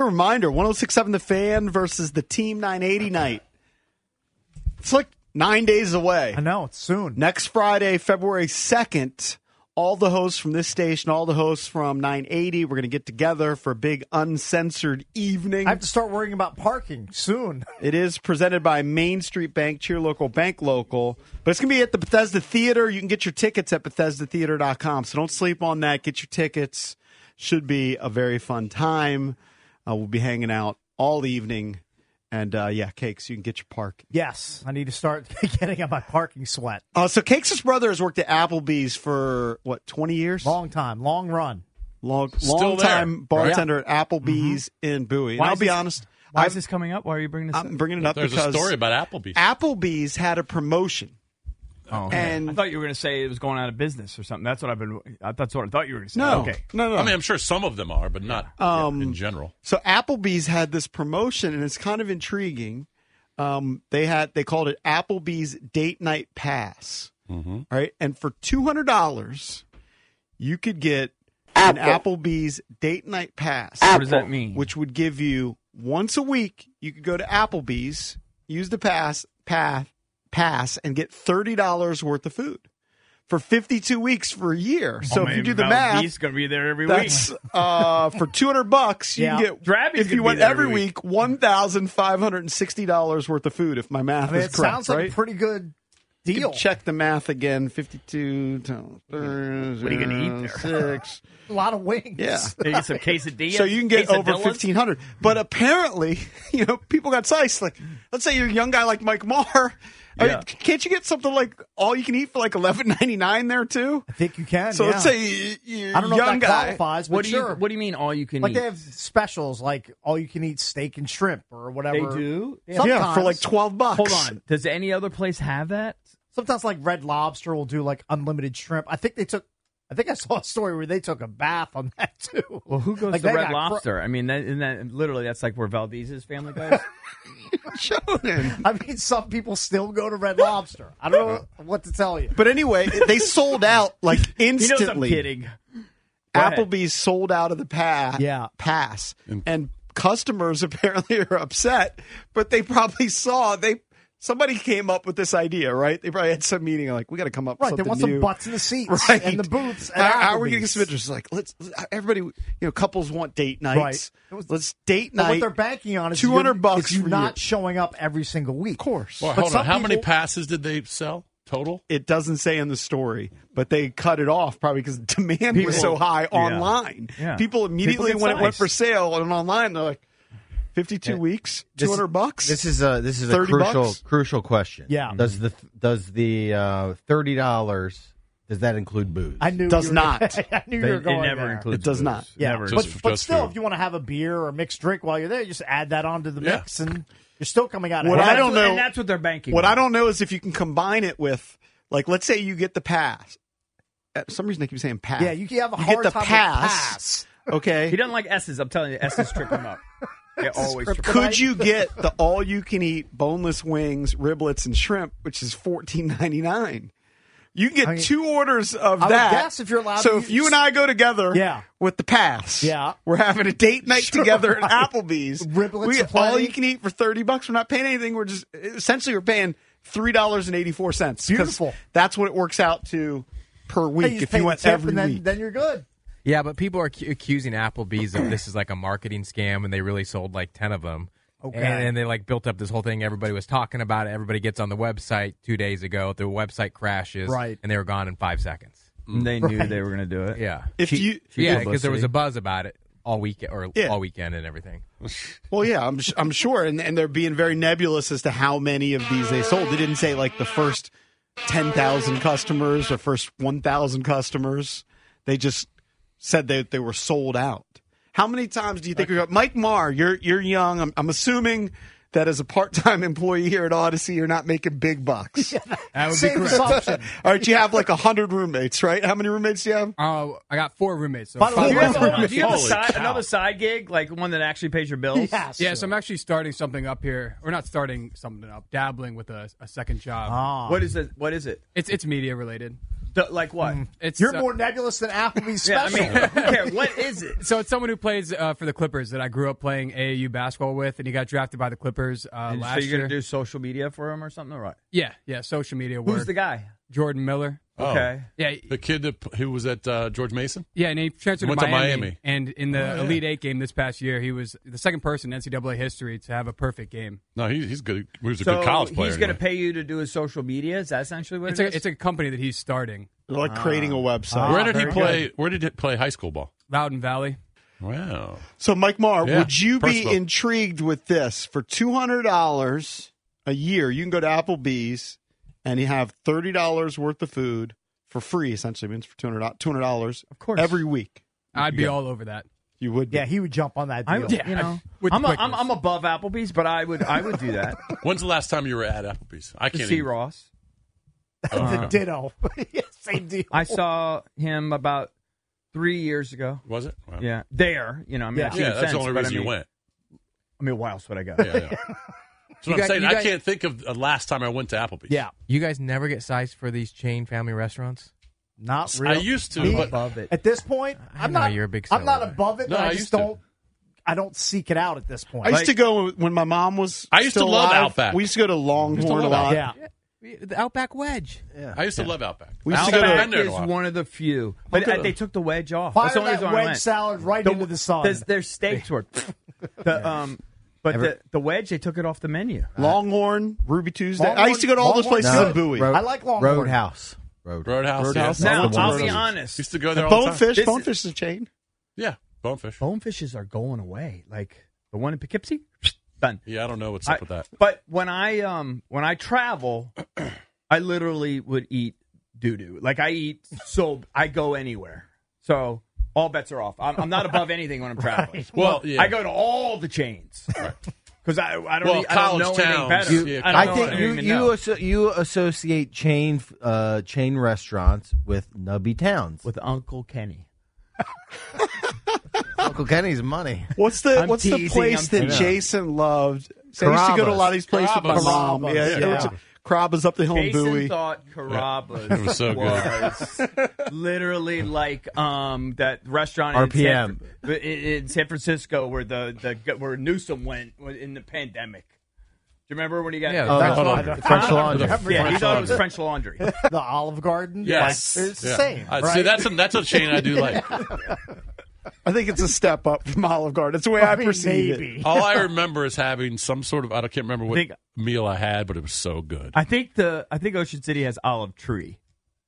Speaker 2: A reminder 1067 The Fan versus the Team 980 night. It's like nine days away. I know, it's soon. Next Friday, February 2nd, all the hosts from this station, all the hosts from 980, we're going to get together for a big uncensored evening. I have to start worrying about parking soon. It is presented by Main Street Bank, Cheer Local, Bank Local. But it's going to be at the Bethesda Theater. You can get your tickets at BethesdaTheater.com. So don't sleep on that. Get your tickets. Should be a very fun time. Uh, we'll be hanging out all evening. And uh, yeah, cakes, you can get your park.
Speaker 3: Yes, I need to start <laughs> getting on my parking sweat.
Speaker 2: Uh, so Cakes' brother has worked at Applebee's for what, 20 years?
Speaker 3: Long time, long run.
Speaker 2: Long,
Speaker 3: Still
Speaker 2: long time
Speaker 3: there, right?
Speaker 2: bartender at Applebee's in Bowie. And
Speaker 3: Why
Speaker 2: I'll
Speaker 3: is
Speaker 2: be
Speaker 3: this-
Speaker 2: honest.
Speaker 7: Why
Speaker 2: I-
Speaker 7: is this coming up? Why are you bringing this up?
Speaker 2: I'm bringing it up
Speaker 4: There's
Speaker 2: because
Speaker 4: a story about Applebee's.
Speaker 2: Applebee's had a promotion.
Speaker 7: and I thought you were going to say it was going out of business or something. That's what I've been. I, that's what I thought you were going to say. okay.
Speaker 4: I mean, I'm sure some of them are, but not
Speaker 2: Um,
Speaker 4: in general.
Speaker 2: So Applebee's had this promotion, and it's kind of intriguing. Um, they had they called it Applebee's Date Night Pass.
Speaker 4: Mhm.
Speaker 2: All right, and for two hundred dollars, you could get an Applebee's Date Night Pass.
Speaker 7: What does that mean?
Speaker 2: Which would give you once a week, you could go to Applebee's, use the pass path pass, and get thirty dollars worth of food for fifty-two weeks for a year.
Speaker 7: Oh,
Speaker 2: so if you do the math,
Speaker 7: he's going to be there every
Speaker 2: that's
Speaker 7: week. <laughs>
Speaker 2: uh, for two hundred bucks. You
Speaker 7: Yeah.
Speaker 2: can get
Speaker 7: Drabby's
Speaker 2: if
Speaker 7: gonna
Speaker 2: you
Speaker 7: be
Speaker 2: went
Speaker 7: there
Speaker 2: every
Speaker 7: every
Speaker 2: week one thousand five hundred and sixty dollars worth of food. If my math
Speaker 3: I mean,
Speaker 2: is
Speaker 3: it
Speaker 2: correct,
Speaker 3: sounds like a
Speaker 2: right?
Speaker 3: pretty good
Speaker 2: You can
Speaker 3: deal.
Speaker 2: Check the math again. Fifty-two. What
Speaker 7: What are you going to eat there? <laughs>
Speaker 2: Six.
Speaker 3: A lot of wings.
Speaker 2: Yeah,
Speaker 7: They get some quesadillas.
Speaker 2: So you can get over
Speaker 7: quesadillas.
Speaker 2: fifteen hundred. But apparently, <laughs> you know, people got sliced. Like, let's say you're a young guy like Mike Marr. <laughs> I mean,
Speaker 3: Yeah.
Speaker 2: can't you get something like all you can eat for like eleven ninety nine there too?
Speaker 3: I think you can.
Speaker 2: So
Speaker 3: yeah.
Speaker 2: let's say you
Speaker 3: I don't know
Speaker 2: young
Speaker 3: if that
Speaker 2: guy.
Speaker 3: qualifies, but
Speaker 7: What do you-
Speaker 3: sure.
Speaker 7: what do you mean all you can
Speaker 3: like
Speaker 7: eat?
Speaker 3: they have specials like all you can eat steak and shrimp or whatever.
Speaker 7: They do?
Speaker 3: Sometimes.
Speaker 7: Hold on. Does any other place have that?
Speaker 3: Sometimes like Red Lobster will do like unlimited shrimp. I think they took. I think I saw a story where they took a bath on that too. Well,
Speaker 7: who goes to Red
Speaker 2: <laughs>
Speaker 7: Lobster? I mean, that, isn't that literally that's like where Valdez's family goes. <laughs>
Speaker 3: I mean, some people still go to Red Lobster. I don't
Speaker 2: <laughs>
Speaker 3: know what to tell you.
Speaker 2: But anyway, they sold out like
Speaker 3: <laughs> He knows I'm
Speaker 2: instantly.
Speaker 3: kidding.
Speaker 7: Go ahead.
Speaker 2: Applebee's sold out of the pass.
Speaker 3: Yeah.
Speaker 2: pass, and customers <laughs> apparently are upset. But they probably saw they somebody came up with this idea, right? They probably had some meeting like we got to come up with
Speaker 3: Right, they
Speaker 2: something
Speaker 3: want some
Speaker 2: new.
Speaker 3: butts in the seats
Speaker 2: <laughs> Right.
Speaker 3: and the booths. at
Speaker 2: How, how are we
Speaker 3: Applebee's.
Speaker 2: getting some interest? Like, let's everybody, you know, couples want date nights.
Speaker 3: It was-
Speaker 2: let's date
Speaker 3: But
Speaker 2: night.
Speaker 3: what they're banking on is
Speaker 2: two hundred
Speaker 3: you're-
Speaker 2: bucks.
Speaker 3: Is you
Speaker 2: for
Speaker 3: not showing up every single week? Of
Speaker 2: course.
Speaker 4: Well, hold on. How many passes did they sell total?
Speaker 2: It doesn't say in the story, but they cut it off probably because demand
Speaker 4: People-
Speaker 2: was so high
Speaker 4: Yeah.
Speaker 2: online.
Speaker 4: Yeah.
Speaker 2: People immediately
Speaker 4: People get
Speaker 2: when it went
Speaker 4: sized.
Speaker 2: for sale and online, they're like, fifty-two weeks, two
Speaker 5: This-
Speaker 2: hundred bucks.
Speaker 5: This is a this is a
Speaker 2: 30
Speaker 5: crucial
Speaker 2: bucks?
Speaker 5: crucial question.
Speaker 2: Yeah.
Speaker 5: Does
Speaker 3: Mm-hmm.
Speaker 5: the does the uh, thirty dollars does that include booze?
Speaker 3: I knew
Speaker 2: Does
Speaker 3: you were-
Speaker 2: not.
Speaker 3: <laughs> I knew you were going there.
Speaker 2: It does not.
Speaker 3: Yeah,
Speaker 5: Never
Speaker 3: but,
Speaker 5: includes
Speaker 3: but
Speaker 5: just
Speaker 3: still,
Speaker 5: food.
Speaker 3: if you want to have a beer or a mixed drink while you're there, you just add that onto the
Speaker 2: Yeah.
Speaker 3: mix, and you're still coming out.
Speaker 2: What
Speaker 3: ahead.
Speaker 2: I don't know, What
Speaker 3: on.
Speaker 2: I don't know is if you can combine it with, like, let's say you get the pass. Uh, For some reason, they keep saying pass.
Speaker 3: Yeah, you can have a
Speaker 2: you
Speaker 3: hard
Speaker 2: get the
Speaker 3: time with
Speaker 2: pass. Okay,
Speaker 7: He doesn't like S's. I'm telling you, S's trip him up. They
Speaker 2: <laughs>
Speaker 7: always trip him up.
Speaker 2: Could you get the all you can eat boneless wings, riblets, and shrimp, which is fourteen ninety nine? You can get two orders of
Speaker 3: I would
Speaker 2: that.
Speaker 3: guess if you're allowed
Speaker 2: So
Speaker 3: to use-
Speaker 2: if you and I go together,
Speaker 3: Yeah.
Speaker 2: with the pass,
Speaker 3: Yeah.
Speaker 2: we're having a date night
Speaker 3: Sure,
Speaker 2: together at
Speaker 3: right.
Speaker 2: Applebee's.
Speaker 3: Riblets
Speaker 2: we
Speaker 3: aplenty.
Speaker 2: all you can eat for thirty bucks. We're not paying anything. We're just essentially we're paying three dollars and eighty four cents.
Speaker 3: Beautiful.
Speaker 2: That's what it works out to per
Speaker 3: Hey,
Speaker 2: week
Speaker 3: just
Speaker 2: if
Speaker 3: pay
Speaker 2: you
Speaker 3: the
Speaker 2: went
Speaker 3: tip
Speaker 2: every
Speaker 3: and then,
Speaker 2: week.
Speaker 3: then you're good.
Speaker 12: Yeah, but people are ac- accusing Applebee's of this is like a marketing scam, and they really sold like ten of them.
Speaker 3: Okay.
Speaker 12: And, and they like built up this whole thing. Everybody was talking about it. Everybody gets on the website two days ago. The website crashes,
Speaker 3: Right.
Speaker 12: And they were gone in five seconds.
Speaker 4: Mm.
Speaker 7: They knew they were going to do it.
Speaker 12: Yeah.
Speaker 2: If you-
Speaker 12: yeah,
Speaker 2: Cheap
Speaker 12: because there was
Speaker 2: publicity.
Speaker 12: a buzz about it all week or
Speaker 2: Yeah.
Speaker 12: all weekend and everything.
Speaker 2: Well, yeah, I'm sh- I'm sure, and and they're being very nebulous as to how many of these they sold. They didn't say like the first ten thousand customers or first one thousand customers. They just said that they were sold out. How many times do you think we got Mike Marr? You're you're young. I'm, I'm assuming that as a part time <laughs> employee here at Odyssey, you're not making big bucks.
Speaker 12: That would be
Speaker 2: Same
Speaker 12: correct.
Speaker 2: assumption. All right, you have like hundred roommates, right? How many roommates do you have?
Speaker 12: Oh, I got four roommates. So
Speaker 2: By the way,
Speaker 12: five
Speaker 2: you
Speaker 12: roommates.
Speaker 2: guys- hold on,
Speaker 7: Do you have a
Speaker 2: Holy
Speaker 7: side,
Speaker 2: cow.
Speaker 7: another side gig, like one that actually pays your bills?
Speaker 12: Yeah,
Speaker 13: so I'm actually starting something up here, or not starting something up, dabbling with a, a second job.
Speaker 3: Ah.
Speaker 7: What is it? What is it?
Speaker 13: It's it's media related.
Speaker 7: D- like what?
Speaker 13: It's
Speaker 3: Mm. You're
Speaker 13: uh,
Speaker 3: more nebulous than Applebee's
Speaker 13: <laughs> Yeah, I
Speaker 3: special.
Speaker 7: yeah, what is it?
Speaker 13: <laughs> So it's someone who plays uh, for the Clippers that I grew up playing AAU basketball with, and he got drafted by the Clippers uh,
Speaker 7: And so
Speaker 13: last
Speaker 7: you're
Speaker 13: year.
Speaker 7: gonna do social media for him or something, right?
Speaker 13: yeah, yeah. Social media.
Speaker 7: Who's
Speaker 13: work.
Speaker 7: the guy?
Speaker 13: Jordan Miller.
Speaker 4: Yeah. Oh, The kid that, who was at uh, George Mason?
Speaker 13: Yeah, and he transferred
Speaker 4: Went
Speaker 13: to
Speaker 4: to
Speaker 13: Miami,
Speaker 4: Miami.
Speaker 13: And in the
Speaker 4: Oh, yeah.
Speaker 13: Elite Eight game this past year, he was the second person in NCAA history to have a perfect game.
Speaker 4: No, he, he's good. He was a
Speaker 13: So
Speaker 4: good college
Speaker 13: he's
Speaker 4: player.
Speaker 13: gonna
Speaker 7: Going
Speaker 4: anyway.
Speaker 7: to pay you to do his social media? Is that essentially what
Speaker 13: It's
Speaker 7: it
Speaker 13: a,
Speaker 7: is?
Speaker 13: it's a company that he's starting.
Speaker 2: Like creating a
Speaker 13: Ah.
Speaker 2: website.
Speaker 4: Ah. where did he play? Where did he play high school ball?
Speaker 13: Loudon Valley.
Speaker 4: Wow.
Speaker 2: So, Mike Marr,
Speaker 4: Yeah,
Speaker 2: would you be
Speaker 4: Percival.
Speaker 2: intrigued with this? For two hundred dollars a year, you can go to Applebee's and you have thirty dollars worth of food for free. Essentially, means for two hundred dollars, of course, every week.
Speaker 13: I'd be
Speaker 2: Yeah.
Speaker 13: all over that.
Speaker 2: You would, be.
Speaker 3: yeah. He would jump on that
Speaker 7: I'm,
Speaker 3: deal.
Speaker 7: you
Speaker 3: <laughs>
Speaker 7: know,
Speaker 13: With
Speaker 7: I'm, a,
Speaker 13: quickness.
Speaker 7: I'm, I'm above Applebee's, but I would I would do
Speaker 13: <laughs>
Speaker 7: that.
Speaker 4: When's the last time you were at Applebee's? I
Speaker 7: To
Speaker 4: can't.
Speaker 7: see
Speaker 4: even-
Speaker 7: Ross.
Speaker 4: Oh,
Speaker 7: Uh,
Speaker 4: okay.
Speaker 7: <laughs>
Speaker 3: Ditto. Yeah, Same deal.
Speaker 7: I saw him about three years ago.
Speaker 4: Was it? Wow.
Speaker 7: Yeah, there. You know, I mean,
Speaker 4: Yeah.
Speaker 7: I've seen
Speaker 4: Yeah,
Speaker 7: him
Speaker 4: that's the
Speaker 7: since,
Speaker 4: only
Speaker 7: but I
Speaker 4: reason you
Speaker 7: mean-
Speaker 4: went.
Speaker 7: I mean, why else would I go? <laughs>
Speaker 4: Yeah, yeah. That's
Speaker 12: You
Speaker 4: what I'm
Speaker 12: got-
Speaker 4: saying.
Speaker 12: you
Speaker 4: I
Speaker 12: got-
Speaker 4: can't think of the last time I went to Applebee's.
Speaker 12: Yeah. You guys never get sized for these chain family restaurants?
Speaker 3: Not
Speaker 4: I real- used to, but-
Speaker 12: above it.
Speaker 3: At this point,
Speaker 12: I
Speaker 3: I'm
Speaker 12: know
Speaker 3: not.
Speaker 12: you're a big
Speaker 3: I'm not
Speaker 12: celibate.
Speaker 3: above it.
Speaker 12: No,
Speaker 3: but I,
Speaker 12: I
Speaker 3: just
Speaker 12: used to.
Speaker 3: don't. I don't seek it out at this point.
Speaker 2: I used to go when my mom was.
Speaker 4: I used to
Speaker 2: still
Speaker 4: love
Speaker 2: alive.
Speaker 4: Outback.
Speaker 2: We used to go to
Speaker 4: used to
Speaker 2: Longhorn a
Speaker 4: love
Speaker 2: lot.
Speaker 3: Outback.
Speaker 12: The Outback Wedge.
Speaker 3: Yeah.
Speaker 4: I used to love Outback.
Speaker 2: We used to go to-
Speaker 7: Outback
Speaker 4: Been there in
Speaker 7: is
Speaker 4: a while.
Speaker 7: one of the few, but
Speaker 4: Okay.
Speaker 7: uh, they took the wedge off.
Speaker 3: Fire
Speaker 7: That's the only
Speaker 3: that
Speaker 7: reason why I
Speaker 3: wedge
Speaker 7: went.
Speaker 3: salad right into the sun.
Speaker 7: There's, their steaks were. the, um, but
Speaker 3: Ever-
Speaker 7: the, the wedge, they took it off the menu.
Speaker 2: Longhorn, Ruby Tuesday. I
Speaker 7: Longhorn-
Speaker 2: used to go to all those
Speaker 7: Longhorn's
Speaker 2: places
Speaker 7: good.
Speaker 2: in Bowie.
Speaker 7: Road- I like Longhorn.
Speaker 5: Roadhouse. Road,
Speaker 4: Roadhouse.
Speaker 5: Roadhouse.
Speaker 4: Yeah.
Speaker 7: Now,
Speaker 5: That's the
Speaker 7: I'll
Speaker 5: one.
Speaker 7: be honest.
Speaker 4: Used to go
Speaker 2: The
Speaker 4: there. all the time.
Speaker 2: Bonefish.
Speaker 7: This-
Speaker 2: Bonefish is a
Speaker 4: <laughs>
Speaker 2: chain.
Speaker 4: Yeah, bonefish.
Speaker 7: Bonefishes are going away. Like the one in Poughkeepsie, done.
Speaker 4: Yeah, I don't know what's up with that.
Speaker 7: But when I um when I travel, <clears throat> I literally would eat doo doo. Like I eat so I go anywhere. So all bets are off. I'm, I'm not above anything when I'm
Speaker 4: <laughs>
Speaker 7: traveling.
Speaker 4: Well, yeah.
Speaker 7: I go to all the chains because I I don't
Speaker 4: Well,
Speaker 7: eat- I don't
Speaker 4: college
Speaker 7: know anything
Speaker 4: towns,
Speaker 7: better.
Speaker 4: yeah,
Speaker 7: I, don't
Speaker 5: I
Speaker 7: know-
Speaker 5: think
Speaker 7: don't
Speaker 5: you
Speaker 7: even
Speaker 5: you,
Speaker 7: know.
Speaker 5: asso- you associate chain uh, chain restaurants with nubby towns with
Speaker 7: Uncle Kenny.
Speaker 5: <laughs> Uncle Kenny's money.
Speaker 2: What's the
Speaker 5: I'm
Speaker 2: What's the
Speaker 5: teasing,
Speaker 2: place
Speaker 5: I'm
Speaker 2: that
Speaker 5: teasing.
Speaker 2: Jason loved? So I used to go to a lot of these places with my
Speaker 5: Carrabba's.
Speaker 2: mom. Yeah,
Speaker 5: Carrabba's,
Speaker 2: it looks
Speaker 5: yeah.
Speaker 2: like Carrabba's up the hill in
Speaker 7: Jason
Speaker 2: Bowie.
Speaker 7: thought
Speaker 5: <laughs>
Speaker 7: Carrabba's
Speaker 4: Yeah, it was so
Speaker 7: was literally like um, that restaurant in
Speaker 5: RPM.
Speaker 7: San, in, in San Francisco where the, the where Newsom went in the pandemic. Do you remember when he got
Speaker 5: Yeah, Oh, French
Speaker 7: Huh?
Speaker 5: Laundry. French Laundry.
Speaker 7: Yeah, he
Speaker 5: French
Speaker 7: thought it was
Speaker 5: Laundry.
Speaker 7: French Laundry.
Speaker 3: <laughs> the Olive Garden.
Speaker 4: Yes.
Speaker 3: Like, it's the
Speaker 4: Yeah.
Speaker 3: same.
Speaker 4: Uh,
Speaker 3: right?
Speaker 4: See, that's a, that's a chain I do
Speaker 3: <laughs>
Speaker 4: like.
Speaker 2: I think it's a step up from Olive Garden. That's the way I,
Speaker 3: I mean,
Speaker 2: perceive
Speaker 3: maybe.
Speaker 2: it.
Speaker 7: <laughs>
Speaker 4: All I remember is having some sort of I don't- can't remember what
Speaker 7: Think-
Speaker 4: meal I had, but it was so good.
Speaker 7: I think the I think Ocean City has Olive Tree,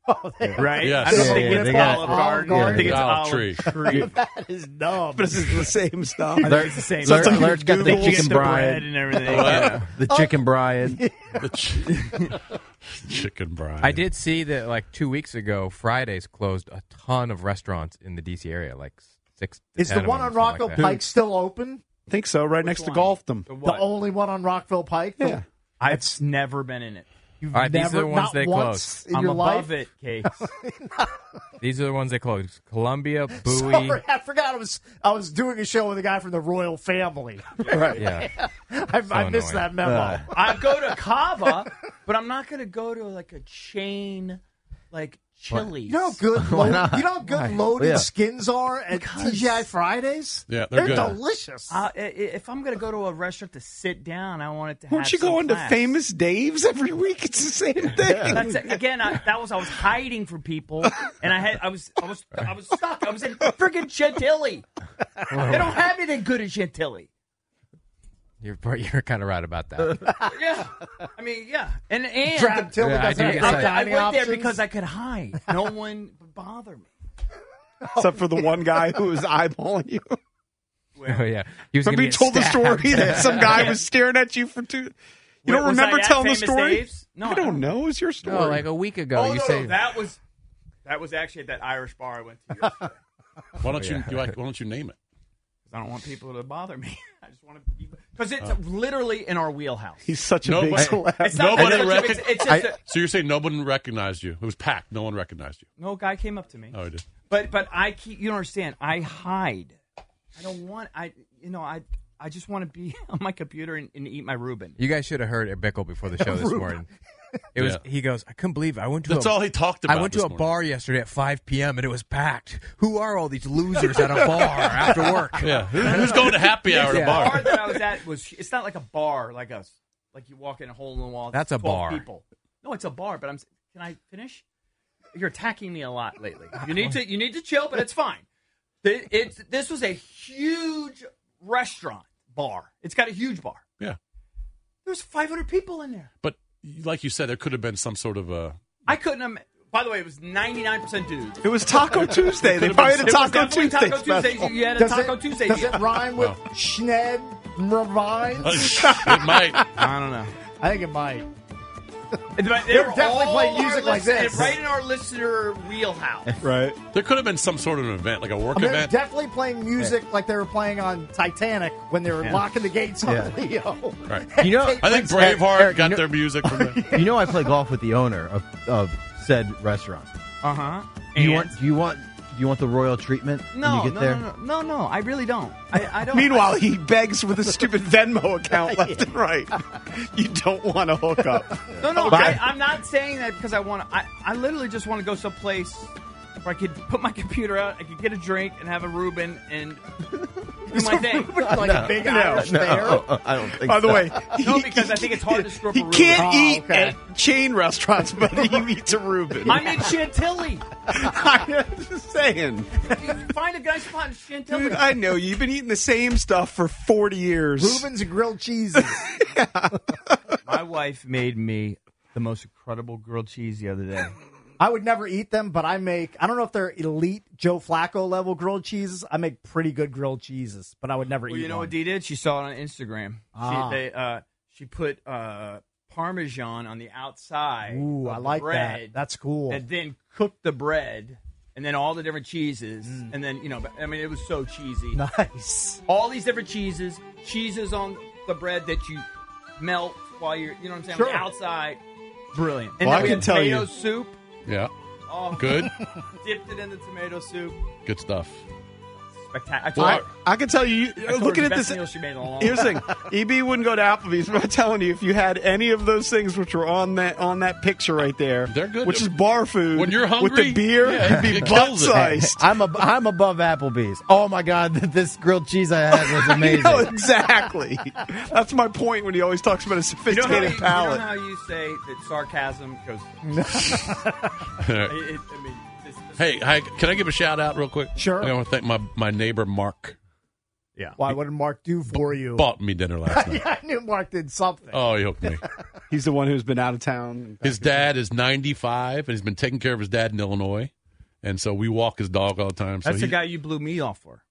Speaker 3: Oh, that-
Speaker 7: right?
Speaker 4: Yes.
Speaker 7: I don't
Speaker 4: Yeah,
Speaker 7: think
Speaker 5: yeah,
Speaker 7: it's
Speaker 5: they got-
Speaker 7: Olive Garden.
Speaker 3: Olive
Speaker 7: I think it's
Speaker 4: Garden.
Speaker 7: Olive Tree. <laughs>
Speaker 4: Olive
Speaker 3: that is dumb.
Speaker 2: But it's the same stuff.
Speaker 7: I think it's the same.
Speaker 2: So it's like
Speaker 5: Larry's got the
Speaker 2: Google's
Speaker 5: chicken
Speaker 7: the bread
Speaker 5: bride,
Speaker 7: and everything.
Speaker 5: the
Speaker 12: Oh.
Speaker 5: chicken
Speaker 12: <laughs>
Speaker 5: bride.
Speaker 4: The
Speaker 3: <laughs>
Speaker 4: chi- chicken brine.
Speaker 12: I did see that like two weeks ago, Fridays closed a ton of restaurants in the DC area, like six. to
Speaker 3: Is the
Speaker 12: 10 of
Speaker 3: one
Speaker 12: them,
Speaker 3: on
Speaker 12: something like
Speaker 3: Rockville
Speaker 12: that.
Speaker 3: Pike still open?
Speaker 2: I think so. Right next to
Speaker 7: one?
Speaker 2: Golfdom.
Speaker 7: The
Speaker 3: The only one on Rockville Pike. The-
Speaker 2: Yeah.
Speaker 7: I've never been in it.
Speaker 3: You've
Speaker 12: All right, these are
Speaker 3: never,
Speaker 12: the ones
Speaker 3: not
Speaker 12: they
Speaker 3: once
Speaker 12: closed.
Speaker 3: in
Speaker 7: I'm
Speaker 3: your
Speaker 7: above
Speaker 3: life.
Speaker 7: it,
Speaker 3: <laughs>
Speaker 7: Cakes.
Speaker 12: These are the ones they closed:
Speaker 3: <laughs>
Speaker 12: Columbia, Bowie.
Speaker 3: Sorry, I forgot I was I was doing a show with a guy from the royal family.
Speaker 2: Right.
Speaker 12: Yeah,
Speaker 3: <laughs> I, I missed
Speaker 12: annoying.
Speaker 3: that memo. <laughs>
Speaker 7: I go to Kava, but I'm not going to go to like a chain, like Chili's.
Speaker 3: You know how
Speaker 7: <laughs>
Speaker 3: good,
Speaker 5: <laughs> Why
Speaker 3: lo-
Speaker 5: not?
Speaker 3: you know how good
Speaker 5: Why?
Speaker 3: loaded
Speaker 5: Yeah.
Speaker 3: skins are at TGI Fridays.
Speaker 4: Yeah, they're good.
Speaker 3: delicious.
Speaker 7: Uh, i- i- if I'm going to go to a restaurant to sit down, I want it to.
Speaker 2: Weren't
Speaker 7: have
Speaker 2: you
Speaker 7: some
Speaker 2: going
Speaker 7: class.
Speaker 2: to
Speaker 12: <laughs>
Speaker 2: Famous Dave's every week? It's the same thing.
Speaker 7: That's it. again. I, that was I was hiding from people, and I had I was I was I was stuck. I was in freaking Chantilly. They don't have anything good in Chantilly.
Speaker 12: you're pro- you're kind of right
Speaker 3: <laughs>
Speaker 12: about that.
Speaker 7: Yeah, I mean, yeah, and and
Speaker 3: Drab till
Speaker 12: Yeah, I
Speaker 3: doesn't
Speaker 12: do
Speaker 3: have
Speaker 12: get
Speaker 7: I,
Speaker 3: good
Speaker 12: that.
Speaker 7: I
Speaker 3: dining
Speaker 7: went
Speaker 3: options.
Speaker 7: there because I could hide. No one would bother me.
Speaker 2: Except for the one guy
Speaker 7: <laughs>
Speaker 2: who was eyeballing you.
Speaker 12: oh <laughs> yeah, he was gonna
Speaker 2: Remember you
Speaker 12: get
Speaker 2: told the
Speaker 12: stabbed.
Speaker 2: story that some guy was staring at you for two. You don't
Speaker 7: Was
Speaker 2: remember
Speaker 7: I at
Speaker 2: telling the
Speaker 7: Famous
Speaker 2: story?
Speaker 7: Dave's? No,
Speaker 2: I don't know. It was your story.
Speaker 12: No, like a week ago.
Speaker 7: Oh,
Speaker 12: you
Speaker 7: no,
Speaker 12: say
Speaker 7: no, that was that was actually at that Irish bar I went
Speaker 12: <laughs>
Speaker 7: to. yesterday.
Speaker 4: Why don't
Speaker 7: <laughs>
Speaker 4: you you like- Why don't you name it?
Speaker 7: 'Cause I don't want people to bother me. <laughs> I just want to be because it's
Speaker 12: Oh.
Speaker 7: literally in our wheelhouse.
Speaker 2: He's such a
Speaker 4: No,
Speaker 2: big
Speaker 4: but-
Speaker 2: <laughs> celeb.
Speaker 7: It's not
Speaker 4: Nobody
Speaker 7: that much of-
Speaker 4: recognized.
Speaker 7: it's, it's just a-
Speaker 4: So you're saying nobody recognized you? It was packed. No one recognized you.
Speaker 7: no guy came up to me.
Speaker 4: Oh, I did.
Speaker 7: But but I keep you don't understand. I hide. I don't want I you know I <laughs> I just want to be on my computer and, and eat my Reuben.
Speaker 12: you guys should have heard Bickle before the show this morning. It was.
Speaker 4: Yeah.
Speaker 12: He goes. I couldn't believe. It. I went to.
Speaker 4: That's
Speaker 12: a-
Speaker 4: all he talked
Speaker 12: I
Speaker 4: about
Speaker 12: went to
Speaker 4: this
Speaker 12: a
Speaker 4: morning."
Speaker 12: bar yesterday at 5 p.m. and it was packed. Who are all these losers at a bar after
Speaker 4: <laughs>
Speaker 12: work?
Speaker 4: Yeah. Who- who's going to
Speaker 12: <laughs>
Speaker 4: happy hour at a
Speaker 7: Yeah.
Speaker 4: bar?
Speaker 7: The bar that I was at was it's not like a bar like a like you walk in a hole in the wall.
Speaker 12: That's a
Speaker 7: 12
Speaker 12: bar.
Speaker 7: People. No, it's a bar. But I'm. s- Can I finish? You're attacking me a lot lately. You need to. You need to chill. But it's fine. Th- It's this was a huge restaurant bar. It's got a huge bar.
Speaker 4: Yeah.
Speaker 7: There's 500 people in there.
Speaker 4: But like you said, there could have been some sort of a.
Speaker 7: I couldn't. Im- By the way, it was 99% dudes.
Speaker 4: It was Taco Tuesday. They
Speaker 7: <laughs> It
Speaker 4: probably had a
Speaker 7: was
Speaker 4: Taco
Speaker 7: definitely
Speaker 4: Tuesday
Speaker 7: Taco Tuesday.
Speaker 4: special.
Speaker 7: You had a
Speaker 3: Does
Speaker 7: Taco
Speaker 3: it-
Speaker 7: Tuesday.
Speaker 3: Does
Speaker 7: deal.
Speaker 3: it rhyme with Schned Revines?
Speaker 12: <laughs>
Speaker 4: it might.
Speaker 7: I don't know.
Speaker 3: I think it might.
Speaker 7: They
Speaker 3: They'll
Speaker 7: were
Speaker 3: definitely
Speaker 7: all
Speaker 3: play
Speaker 7: our
Speaker 3: music like
Speaker 7: listener-
Speaker 3: this.
Speaker 7: Right in our listener wheelhouse.
Speaker 4: Right. There could have been some sort of an event, like a work
Speaker 3: I mean, they're
Speaker 4: event.
Speaker 3: definitely playing music like they were playing on Titanic when they were
Speaker 4: Yeah.
Speaker 3: locking the gates on
Speaker 5: Yeah.
Speaker 3: Leo. <laughs>
Speaker 4: right.
Speaker 5: You know,
Speaker 4: I think
Speaker 5: <laughs> Eric,
Speaker 4: Braveheart
Speaker 5: Eric,
Speaker 4: got
Speaker 5: you know-
Speaker 4: their music
Speaker 5: <laughs>
Speaker 4: from the.
Speaker 5: you know, I play golf with the owner of, of said restaurant.
Speaker 7: Uh huh.
Speaker 5: Do you want? Do you want? Do you want the royal treatment
Speaker 7: No,
Speaker 5: Uh-huh. when you get
Speaker 7: no,
Speaker 5: there?
Speaker 7: no, no, no, no. I really don't. I, I don't.
Speaker 8: Meanwhile,
Speaker 7: I-
Speaker 8: he begs with a <laughs> stupid Venmo account left and right. You don't want to hook <laughs> up.
Speaker 7: No, no.
Speaker 8: Okay.
Speaker 7: I, I'm not saying that because I want to. I, I literally just want to go someplace where I could put my computer out, I could get a drink, and have a Reuben and do my thing.
Speaker 5: Like a No, big no, Irish no,
Speaker 8: Oh,
Speaker 5: bear? I don't think
Speaker 8: By the
Speaker 5: so.
Speaker 8: way,
Speaker 7: no, because I think it's hard to screw up a
Speaker 8: he
Speaker 7: Reuben.
Speaker 8: can't eat at chain restaurants, but he eats a Reuben.
Speaker 7: I made Chantilly.
Speaker 8: <laughs> I'm just saying.
Speaker 7: Find a guy's spot in Chantilly.
Speaker 8: Dude, I know you. You've been eating the same stuff for 40 years.
Speaker 3: Reuben's and grilled cheeses.
Speaker 7: My wife made me the most incredible grilled cheese the other day.
Speaker 3: I would never eat them, but I make, I don't know if they're elite Joe Flacco level grilled cheeses. I make pretty good grilled cheeses, but I would never
Speaker 7: Well,
Speaker 3: eat
Speaker 7: you know
Speaker 3: one.
Speaker 7: what Dee did? She saw it on Instagram.
Speaker 3: Ah.
Speaker 7: She, they, uh, she put uh, Parmesan on the outside.
Speaker 3: Ooh,
Speaker 7: of
Speaker 3: I
Speaker 7: the
Speaker 3: like
Speaker 7: bread,
Speaker 3: that. That's cool.
Speaker 7: And then cooked the bread, and then all the different cheeses, and then you know, but- I mean, it was so cheesy.
Speaker 3: Mm. Nice.
Speaker 7: All these different cheeses, cheeses on the bread that you melt while you're, you know what I'm saying, on
Speaker 3: Sure.
Speaker 7: the outside. Brilliant. And
Speaker 8: Well,
Speaker 7: then
Speaker 8: I
Speaker 7: we
Speaker 8: can
Speaker 7: had
Speaker 8: tell
Speaker 7: tomato
Speaker 8: you.
Speaker 7: soup.
Speaker 4: Yeah.
Speaker 7: Oh,
Speaker 4: Good.
Speaker 7: dipped it in the tomato soup.
Speaker 4: Good stuff.
Speaker 7: Spectacular.
Speaker 8: I, I can tell you,
Speaker 7: I told her
Speaker 8: looking
Speaker 7: the
Speaker 8: at
Speaker 7: best
Speaker 8: this.
Speaker 7: meal she made in a long
Speaker 8: Here's the
Speaker 7: time.
Speaker 8: thing: EB wouldn't go to Applebee's, but I'm telling you, if you had any of those things which were on that on that picture right there, they're good. Which is bar food.
Speaker 4: When you're
Speaker 8: with
Speaker 4: hungry,
Speaker 8: the beer,
Speaker 4: yeah,
Speaker 8: it'd
Speaker 7: <laughs>
Speaker 8: be
Speaker 4: it
Speaker 8: butt
Speaker 4: kills it.
Speaker 8: sized.
Speaker 5: <laughs> I'm ab- I'm above Applebee's. Oh my god, <laughs> this grilled cheese I had
Speaker 8: <laughs>
Speaker 5: was amazing.
Speaker 8: No, exactly. That's my point when he always talks about a
Speaker 7: You know, how you,
Speaker 8: sophisticated
Speaker 7: you know
Speaker 8: palate.
Speaker 7: how you say that sarcasm <laughs> goes. It- it- I mean, this- this-
Speaker 4: Hey, hi, can I give a shout out real quick?
Speaker 3: Sure.
Speaker 4: I want to thank my, my neighbor Mark.
Speaker 3: Why wouldn't Mark do for you?
Speaker 4: Bought me dinner last night.
Speaker 3: <laughs> yeah, I knew Mark did something.
Speaker 4: Oh, he hooked me.
Speaker 8: He's the one who's been out of town.
Speaker 4: His dad is 95, and he's been taking care of his dad in Illinois, and so we walk his dog all the time. So
Speaker 7: that's
Speaker 4: he,
Speaker 7: the guy you blew me off for.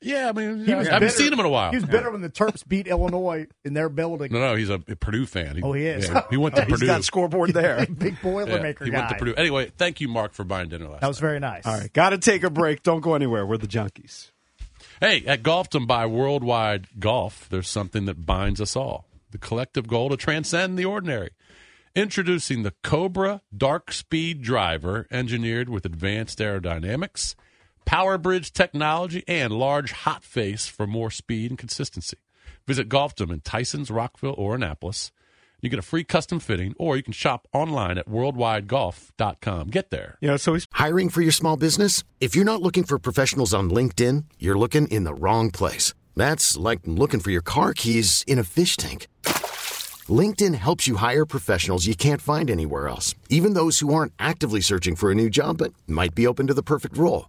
Speaker 4: Yeah, I mean,
Speaker 3: He
Speaker 4: I
Speaker 3: was
Speaker 4: haven't
Speaker 3: bitter.
Speaker 4: seen him in a while.
Speaker 3: He was bitter when the Terps beat Illinois in their
Speaker 4: <laughs>
Speaker 3: building.
Speaker 4: No, no, he's a Purdue fan.
Speaker 3: Oh, he is.
Speaker 4: yeah, he went to
Speaker 8: He's
Speaker 4: Purdue.
Speaker 8: got scoreboard there.
Speaker 3: <laughs> Big
Speaker 4: Yeah,
Speaker 3: Boilermaker
Speaker 4: he
Speaker 3: guy.
Speaker 4: went to Purdue. Anyway, thank you, Mark, for buying dinner last.
Speaker 3: That was very nice.
Speaker 8: All right, got to take a break. Don't go anywhere. We're the junkies.
Speaker 4: Hey, at Golfdom by Worldwide Golf, there's something that binds us all the collective goal to transcend the ordinary. Introducing the Cobra Dark Speed Driver, engineered with advanced aerodynamics, power bridge technology, and large hot face for more speed and consistency. Visit Golfdom in Tysons, Rockville, or Annapolis. You get a free custom fitting, or you can shop online at worldwidegolf.com. Get there.
Speaker 8: You know, so he's
Speaker 14: Hiring for your small business? If you're not looking for professionals on LinkedIn, you're looking in the wrong place. That's like looking for your car keys in a fish tank. LinkedIn helps you hire professionals you can't find anywhere else, even those who aren't actively searching for a new job but might be open to the perfect role.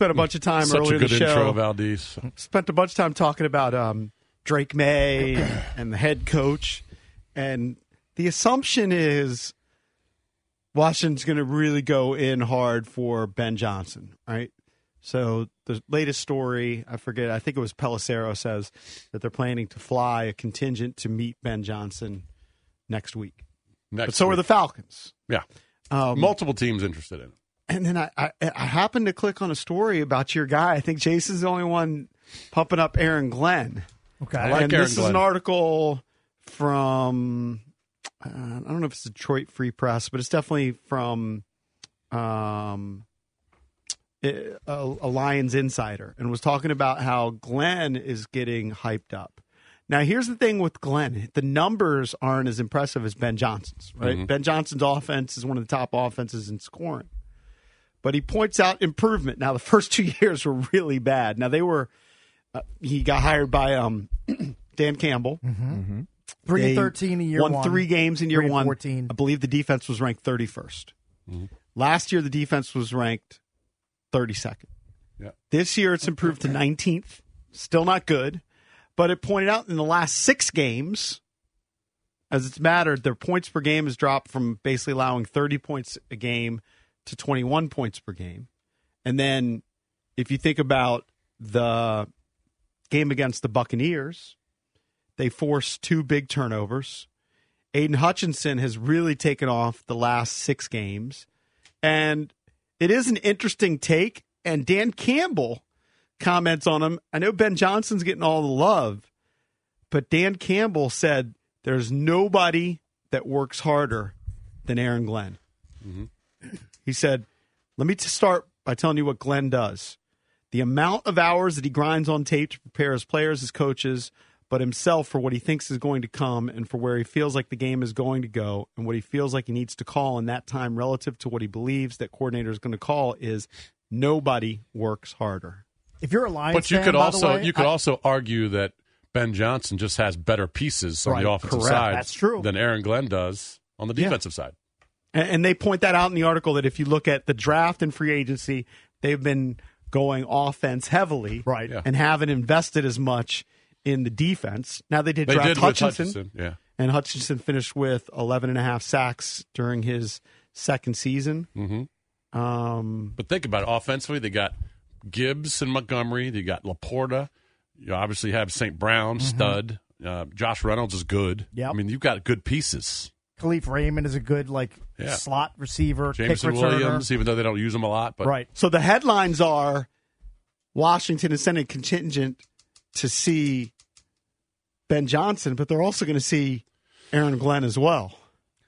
Speaker 8: spent a bunch of time
Speaker 4: Such
Speaker 8: earlier
Speaker 4: a good
Speaker 8: in the show.
Speaker 4: intro, Valdez.
Speaker 8: spent a bunch of time talking about um, Drake May and the head coach, and the assumption is,
Speaker 2: Washington's going to really go in hard for Ben Johnson, right? So the latest story, I forget, I think it was Pelissero says that they're planning to fly a contingent to meet Ben Johnson next week.
Speaker 4: Next
Speaker 2: but so are
Speaker 4: week.
Speaker 2: the Falcons.
Speaker 4: Yeah.
Speaker 2: Um,
Speaker 4: Multiple teams interested in him.
Speaker 2: And then I, I, I happened to click on a story about your guy. I think Jason's the only one pumping up Aaron Glenn.
Speaker 3: Okay.
Speaker 4: I like
Speaker 2: and
Speaker 4: Aaron
Speaker 2: this is
Speaker 4: Glenn.
Speaker 2: an article from, uh, I don't know if it's Detroit Free Press, but it's definitely from um, a, a Lions insider and was talking about how Glenn is getting hyped up. Now, here's the thing with Glenn the numbers aren't as impressive as Ben Johnson's, right?
Speaker 4: Mhm.
Speaker 2: Ben Johnson's offense is one of the top offenses in scoring but he points out improvement. Now the first two <laughs> years were really bad. Now they were. Uh, he got hired by um, <clears throat> Dan Campbell.
Speaker 3: Mm-hmm. Three and
Speaker 2: They
Speaker 3: 13 in year
Speaker 2: won
Speaker 3: one.
Speaker 2: three games in year
Speaker 3: Three and
Speaker 2: one.
Speaker 3: 14.
Speaker 2: I believe the defense was ranked thirty Last year the defense was ranked thirty second.
Speaker 4: Mm-hmm. Yeah.
Speaker 2: This year it's improved to nineteenth. Still not good, but it pointed out in the last six games. As it's mattered, their points per game has dropped from basically allowing 30 points a game to 21 points per game. And then if you think about the game against the Buccaneers, they forced two big turnovers. Aiden Hutchinson has really taken off the last six games. And it is an interesting take. And Dan Campbell comments on him. I know Ben Johnson's getting all the love, but Dan Campbell said there's nobody that works harder than Aaron Glenn.
Speaker 4: Mm-hmm.
Speaker 2: He said, Let me t- start by telling you what Glenn does. The amount of hours that he grinds on tape to prepare his players, his coaches, but himself for what he thinks is going to come and for where he feels like the game is going to go and what he feels like he needs to call in that time relative to what he believes that coordinator is going to call is nobody works harder.
Speaker 3: If you're a Lions
Speaker 4: But you
Speaker 3: fan,
Speaker 4: could
Speaker 3: by the
Speaker 4: also
Speaker 3: way,
Speaker 4: you could
Speaker 3: I-
Speaker 4: also argue that Ben Johnson just has better pieces on the
Speaker 2: Right,
Speaker 4: offensive
Speaker 2: correct.
Speaker 4: side
Speaker 2: That's true.
Speaker 4: than Aaron Glenn does on the defensive side.
Speaker 2: And, and they point that out in the article that if you look at the draft and free agency, they've been going offense heavily, right, and haven't invested as much in the defense. Now they did
Speaker 4: They
Speaker 2: draft
Speaker 4: did with
Speaker 2: Hutchinson,
Speaker 4: Hutchinson, yeah.
Speaker 2: and Hutchinson finished with 11 and a half sacks during his second season. Mm-hmm. Um,
Speaker 4: But think about it. Offensively, they got Gibbs and Montgomery. They got Laporta. You obviously have St.
Speaker 2: Mm-hmm.
Speaker 4: Brown, stud. Uh, Josh Reynolds is good. Yeah, I mean, you've got good pieces.
Speaker 3: Khalif Raymond is a good like
Speaker 4: Yeah.
Speaker 3: slot receiver,
Speaker 4: Jameson
Speaker 3: kick returner.
Speaker 4: Williams, even though they don't use him a lot, but
Speaker 3: Right.
Speaker 2: So the headlines are Washington is sending contingent to see Ben Johnson, but they're also going to see Aaron Glenn as well.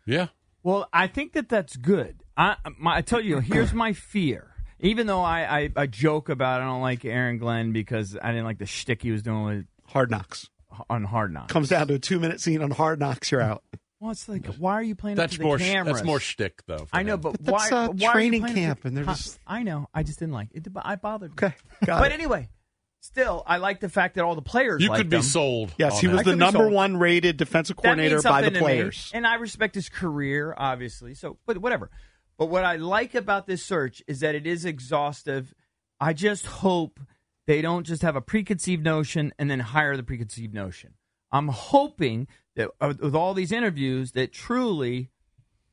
Speaker 4: Yeah.
Speaker 7: Well, I think that that's good. I, my, I tell you, here's my fear. Even though I, I, I joke about I don't like Aaron Glenn because I didn't like the shtick he was doing with
Speaker 2: Hard Knocks
Speaker 7: on Hard Knocks.
Speaker 2: Comes down to a two minute scene on Hard Knocks, you're out.
Speaker 7: Well, it's like why are you playing up
Speaker 4: that's
Speaker 7: to the
Speaker 4: more sh-
Speaker 7: cameras?
Speaker 4: that's more shtick though. for
Speaker 7: I know,
Speaker 4: him.
Speaker 7: but,
Speaker 2: But that's,
Speaker 7: why? why
Speaker 2: uh,
Speaker 7: are you
Speaker 2: training
Speaker 7: playing up to
Speaker 2: camp,
Speaker 7: the-
Speaker 2: and they're
Speaker 7: Huh,
Speaker 2: just-
Speaker 7: I know. I just didn't like it. I bothered.
Speaker 2: Okay.
Speaker 7: but anyway, still, I like the fact that all the players.
Speaker 4: you
Speaker 7: liked
Speaker 4: could be
Speaker 7: him.
Speaker 4: sold.
Speaker 2: Yes,
Speaker 4: on
Speaker 2: he
Speaker 4: that.
Speaker 2: was
Speaker 7: I
Speaker 2: the
Speaker 7: could be
Speaker 2: number
Speaker 7: sold.
Speaker 2: one rated defensive
Speaker 7: That means
Speaker 2: coordinator by the
Speaker 7: something to me,
Speaker 2: players.
Speaker 7: and I respect his career, obviously. So, but whatever. But what I like about this search is that it is exhaustive. I just hope they don't just have a preconceived notion and then hire the preconceived notion. I'm hoping that uh, with all these interviews, that truly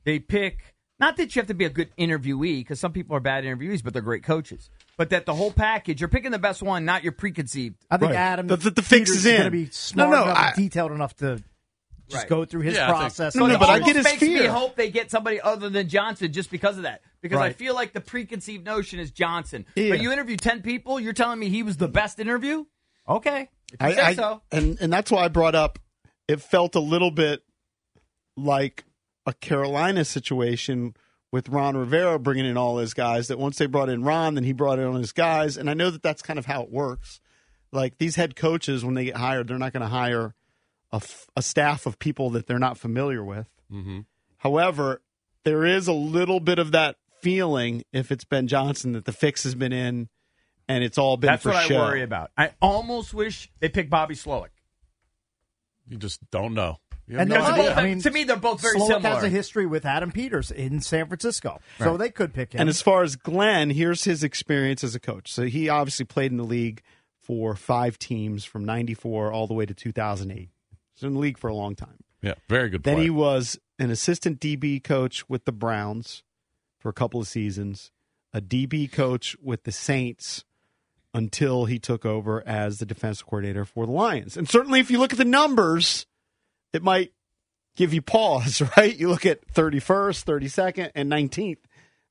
Speaker 7: they pick. Not that you have to be a good interviewee, because some people are bad interviewees, but they're great coaches. But that the whole package, you're picking the best one, not your preconceived.
Speaker 3: I think
Speaker 7: Right.
Speaker 3: Adam.
Speaker 2: The- the- the fix
Speaker 3: Peters
Speaker 2: is in.
Speaker 3: Going to be
Speaker 2: No,
Speaker 3: smart
Speaker 2: no,
Speaker 3: enough,
Speaker 2: I-
Speaker 3: and detailed enough to just
Speaker 7: Right.
Speaker 3: go through his
Speaker 7: Yeah, I think-
Speaker 3: process.
Speaker 2: No, no,
Speaker 7: it
Speaker 2: but I
Speaker 7: almost
Speaker 2: get his
Speaker 7: makes me
Speaker 2: fear.
Speaker 7: hope they get somebody other than Johnson just because of that. Because I
Speaker 2: Right.
Speaker 7: feel like the preconceived notion is Johnson.
Speaker 2: Yeah.
Speaker 7: But you interview ten people, you're telling me he was the best interview? Okay, if you
Speaker 2: I,
Speaker 7: say
Speaker 2: I-
Speaker 7: so.
Speaker 2: and and that's why I brought up. It felt a little bit like a Carolina situation with Ron Rivera bringing in all his guys. That once they brought in Ron, then he brought in all his guys. And I know that that's kind of how it works. Like these head coaches, when they get hired, they're not going to hire a, f- a staff of people that they're not familiar with.
Speaker 4: Mm-hmm.
Speaker 2: However, there is a little bit of that feeling if it's Ben Johnson that the fix has been in and it's all been
Speaker 7: That's
Speaker 2: for
Speaker 7: what
Speaker 2: show.
Speaker 7: I worry about. I almost wish they picked Bobby Slowick.
Speaker 4: You just don't know. You have
Speaker 3: And
Speaker 4: no
Speaker 3: they're
Speaker 4: idea.
Speaker 3: both- I mean,
Speaker 7: to me, they're both very
Speaker 3: Slowick
Speaker 7: similar.
Speaker 3: has a history with Adam Peters in San Francisco, so
Speaker 2: Right.
Speaker 3: they could pick him.
Speaker 2: And as far as Glenn, here's his experience as a coach. So he obviously played in the league for five teams from 94 all the way to 2008. He's in the league for a long time.
Speaker 4: Yeah, very good.
Speaker 2: Then
Speaker 4: player.
Speaker 2: he was an assistant DB coach with the Browns. for a couple of seasons, a DB coach with the Saints until he took over as the defensive coordinator for the Lions. And certainly, if you look at the numbers, it might give you pause, <laughs> right? You look at 31st, 32nd, and 19th.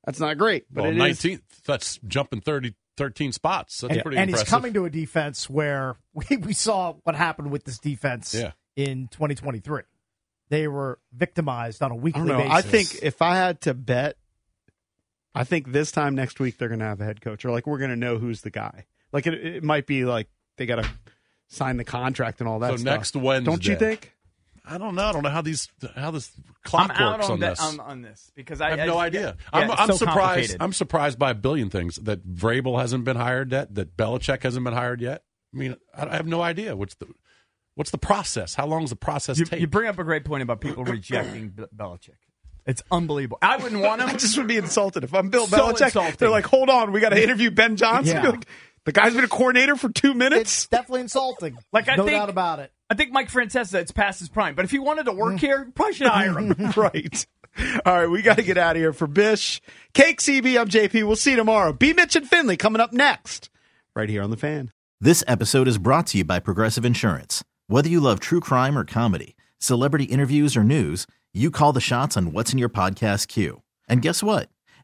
Speaker 2: That's not great. But
Speaker 4: well,
Speaker 2: it is-
Speaker 4: 19th, that's jumping 30, 13 spots. That's
Speaker 3: and,
Speaker 4: pretty
Speaker 3: and he's
Speaker 4: impressive.
Speaker 3: coming to a defense where <laughs> we, we saw what happened with this defense
Speaker 4: Yeah.
Speaker 3: in 2023. They were victimized on a weekly
Speaker 2: I don't know.
Speaker 3: basis.
Speaker 2: I think if I had to bet, I think this time next week they're going to have a head coach, or like we're going to know who's the guy. Like it, it might be like they got to sign the contract and all that.
Speaker 4: So
Speaker 2: stuff.
Speaker 4: next Wednesday.
Speaker 2: don't you think?
Speaker 4: I don't know. I don't know how these how this clock
Speaker 7: I'm out
Speaker 4: works
Speaker 7: on,
Speaker 4: on
Speaker 7: that-
Speaker 4: this.
Speaker 7: on, on this because I,
Speaker 4: I have
Speaker 7: yeah,
Speaker 4: no idea.
Speaker 7: yeah,
Speaker 4: I'm,
Speaker 7: it's
Speaker 4: I'm
Speaker 7: so
Speaker 4: surprised.
Speaker 7: complicated.
Speaker 4: I'm surprised by a billion things that Vrabel hasn't been hired yet, that Belichick hasn't been hired yet. I mean, I I have no idea what's the what's the process. How long does the process
Speaker 7: you,
Speaker 4: take?
Speaker 7: you bring up a great point about people rejecting Be- Belichick. It's unbelievable. I wouldn't want him.
Speaker 2: <laughs> I just would be insulted if I'm Bill
Speaker 7: So
Speaker 2: Belichick.
Speaker 7: insulting.
Speaker 2: They're like, hold on, we got to interview Ben Johnson.
Speaker 7: Yeah.
Speaker 2: You're like, the guy's been a coordinator for two minutes.
Speaker 3: definitely
Speaker 2: <laughs>
Speaker 3: insulting.
Speaker 7: Like I
Speaker 3: no
Speaker 7: think,
Speaker 3: doubt about it.
Speaker 7: I think Mike Francesa, it's past his prime. But if he wanted to
Speaker 2: Mm.
Speaker 7: work here, probably should
Speaker 2: <laughs>
Speaker 7: hire him.
Speaker 2: <laughs> right. All right, we got to get out of here for Bish. Cake CB, I'm JP. We'll see you tomorrow. B. Mitch and Finley coming up next, right here on The Fan.
Speaker 1: This episode is brought to you by Progressive Insurance. Whether you love true crime or comedy, celebrity interviews or news, you call the shots on what's in your podcast queue. And guess what?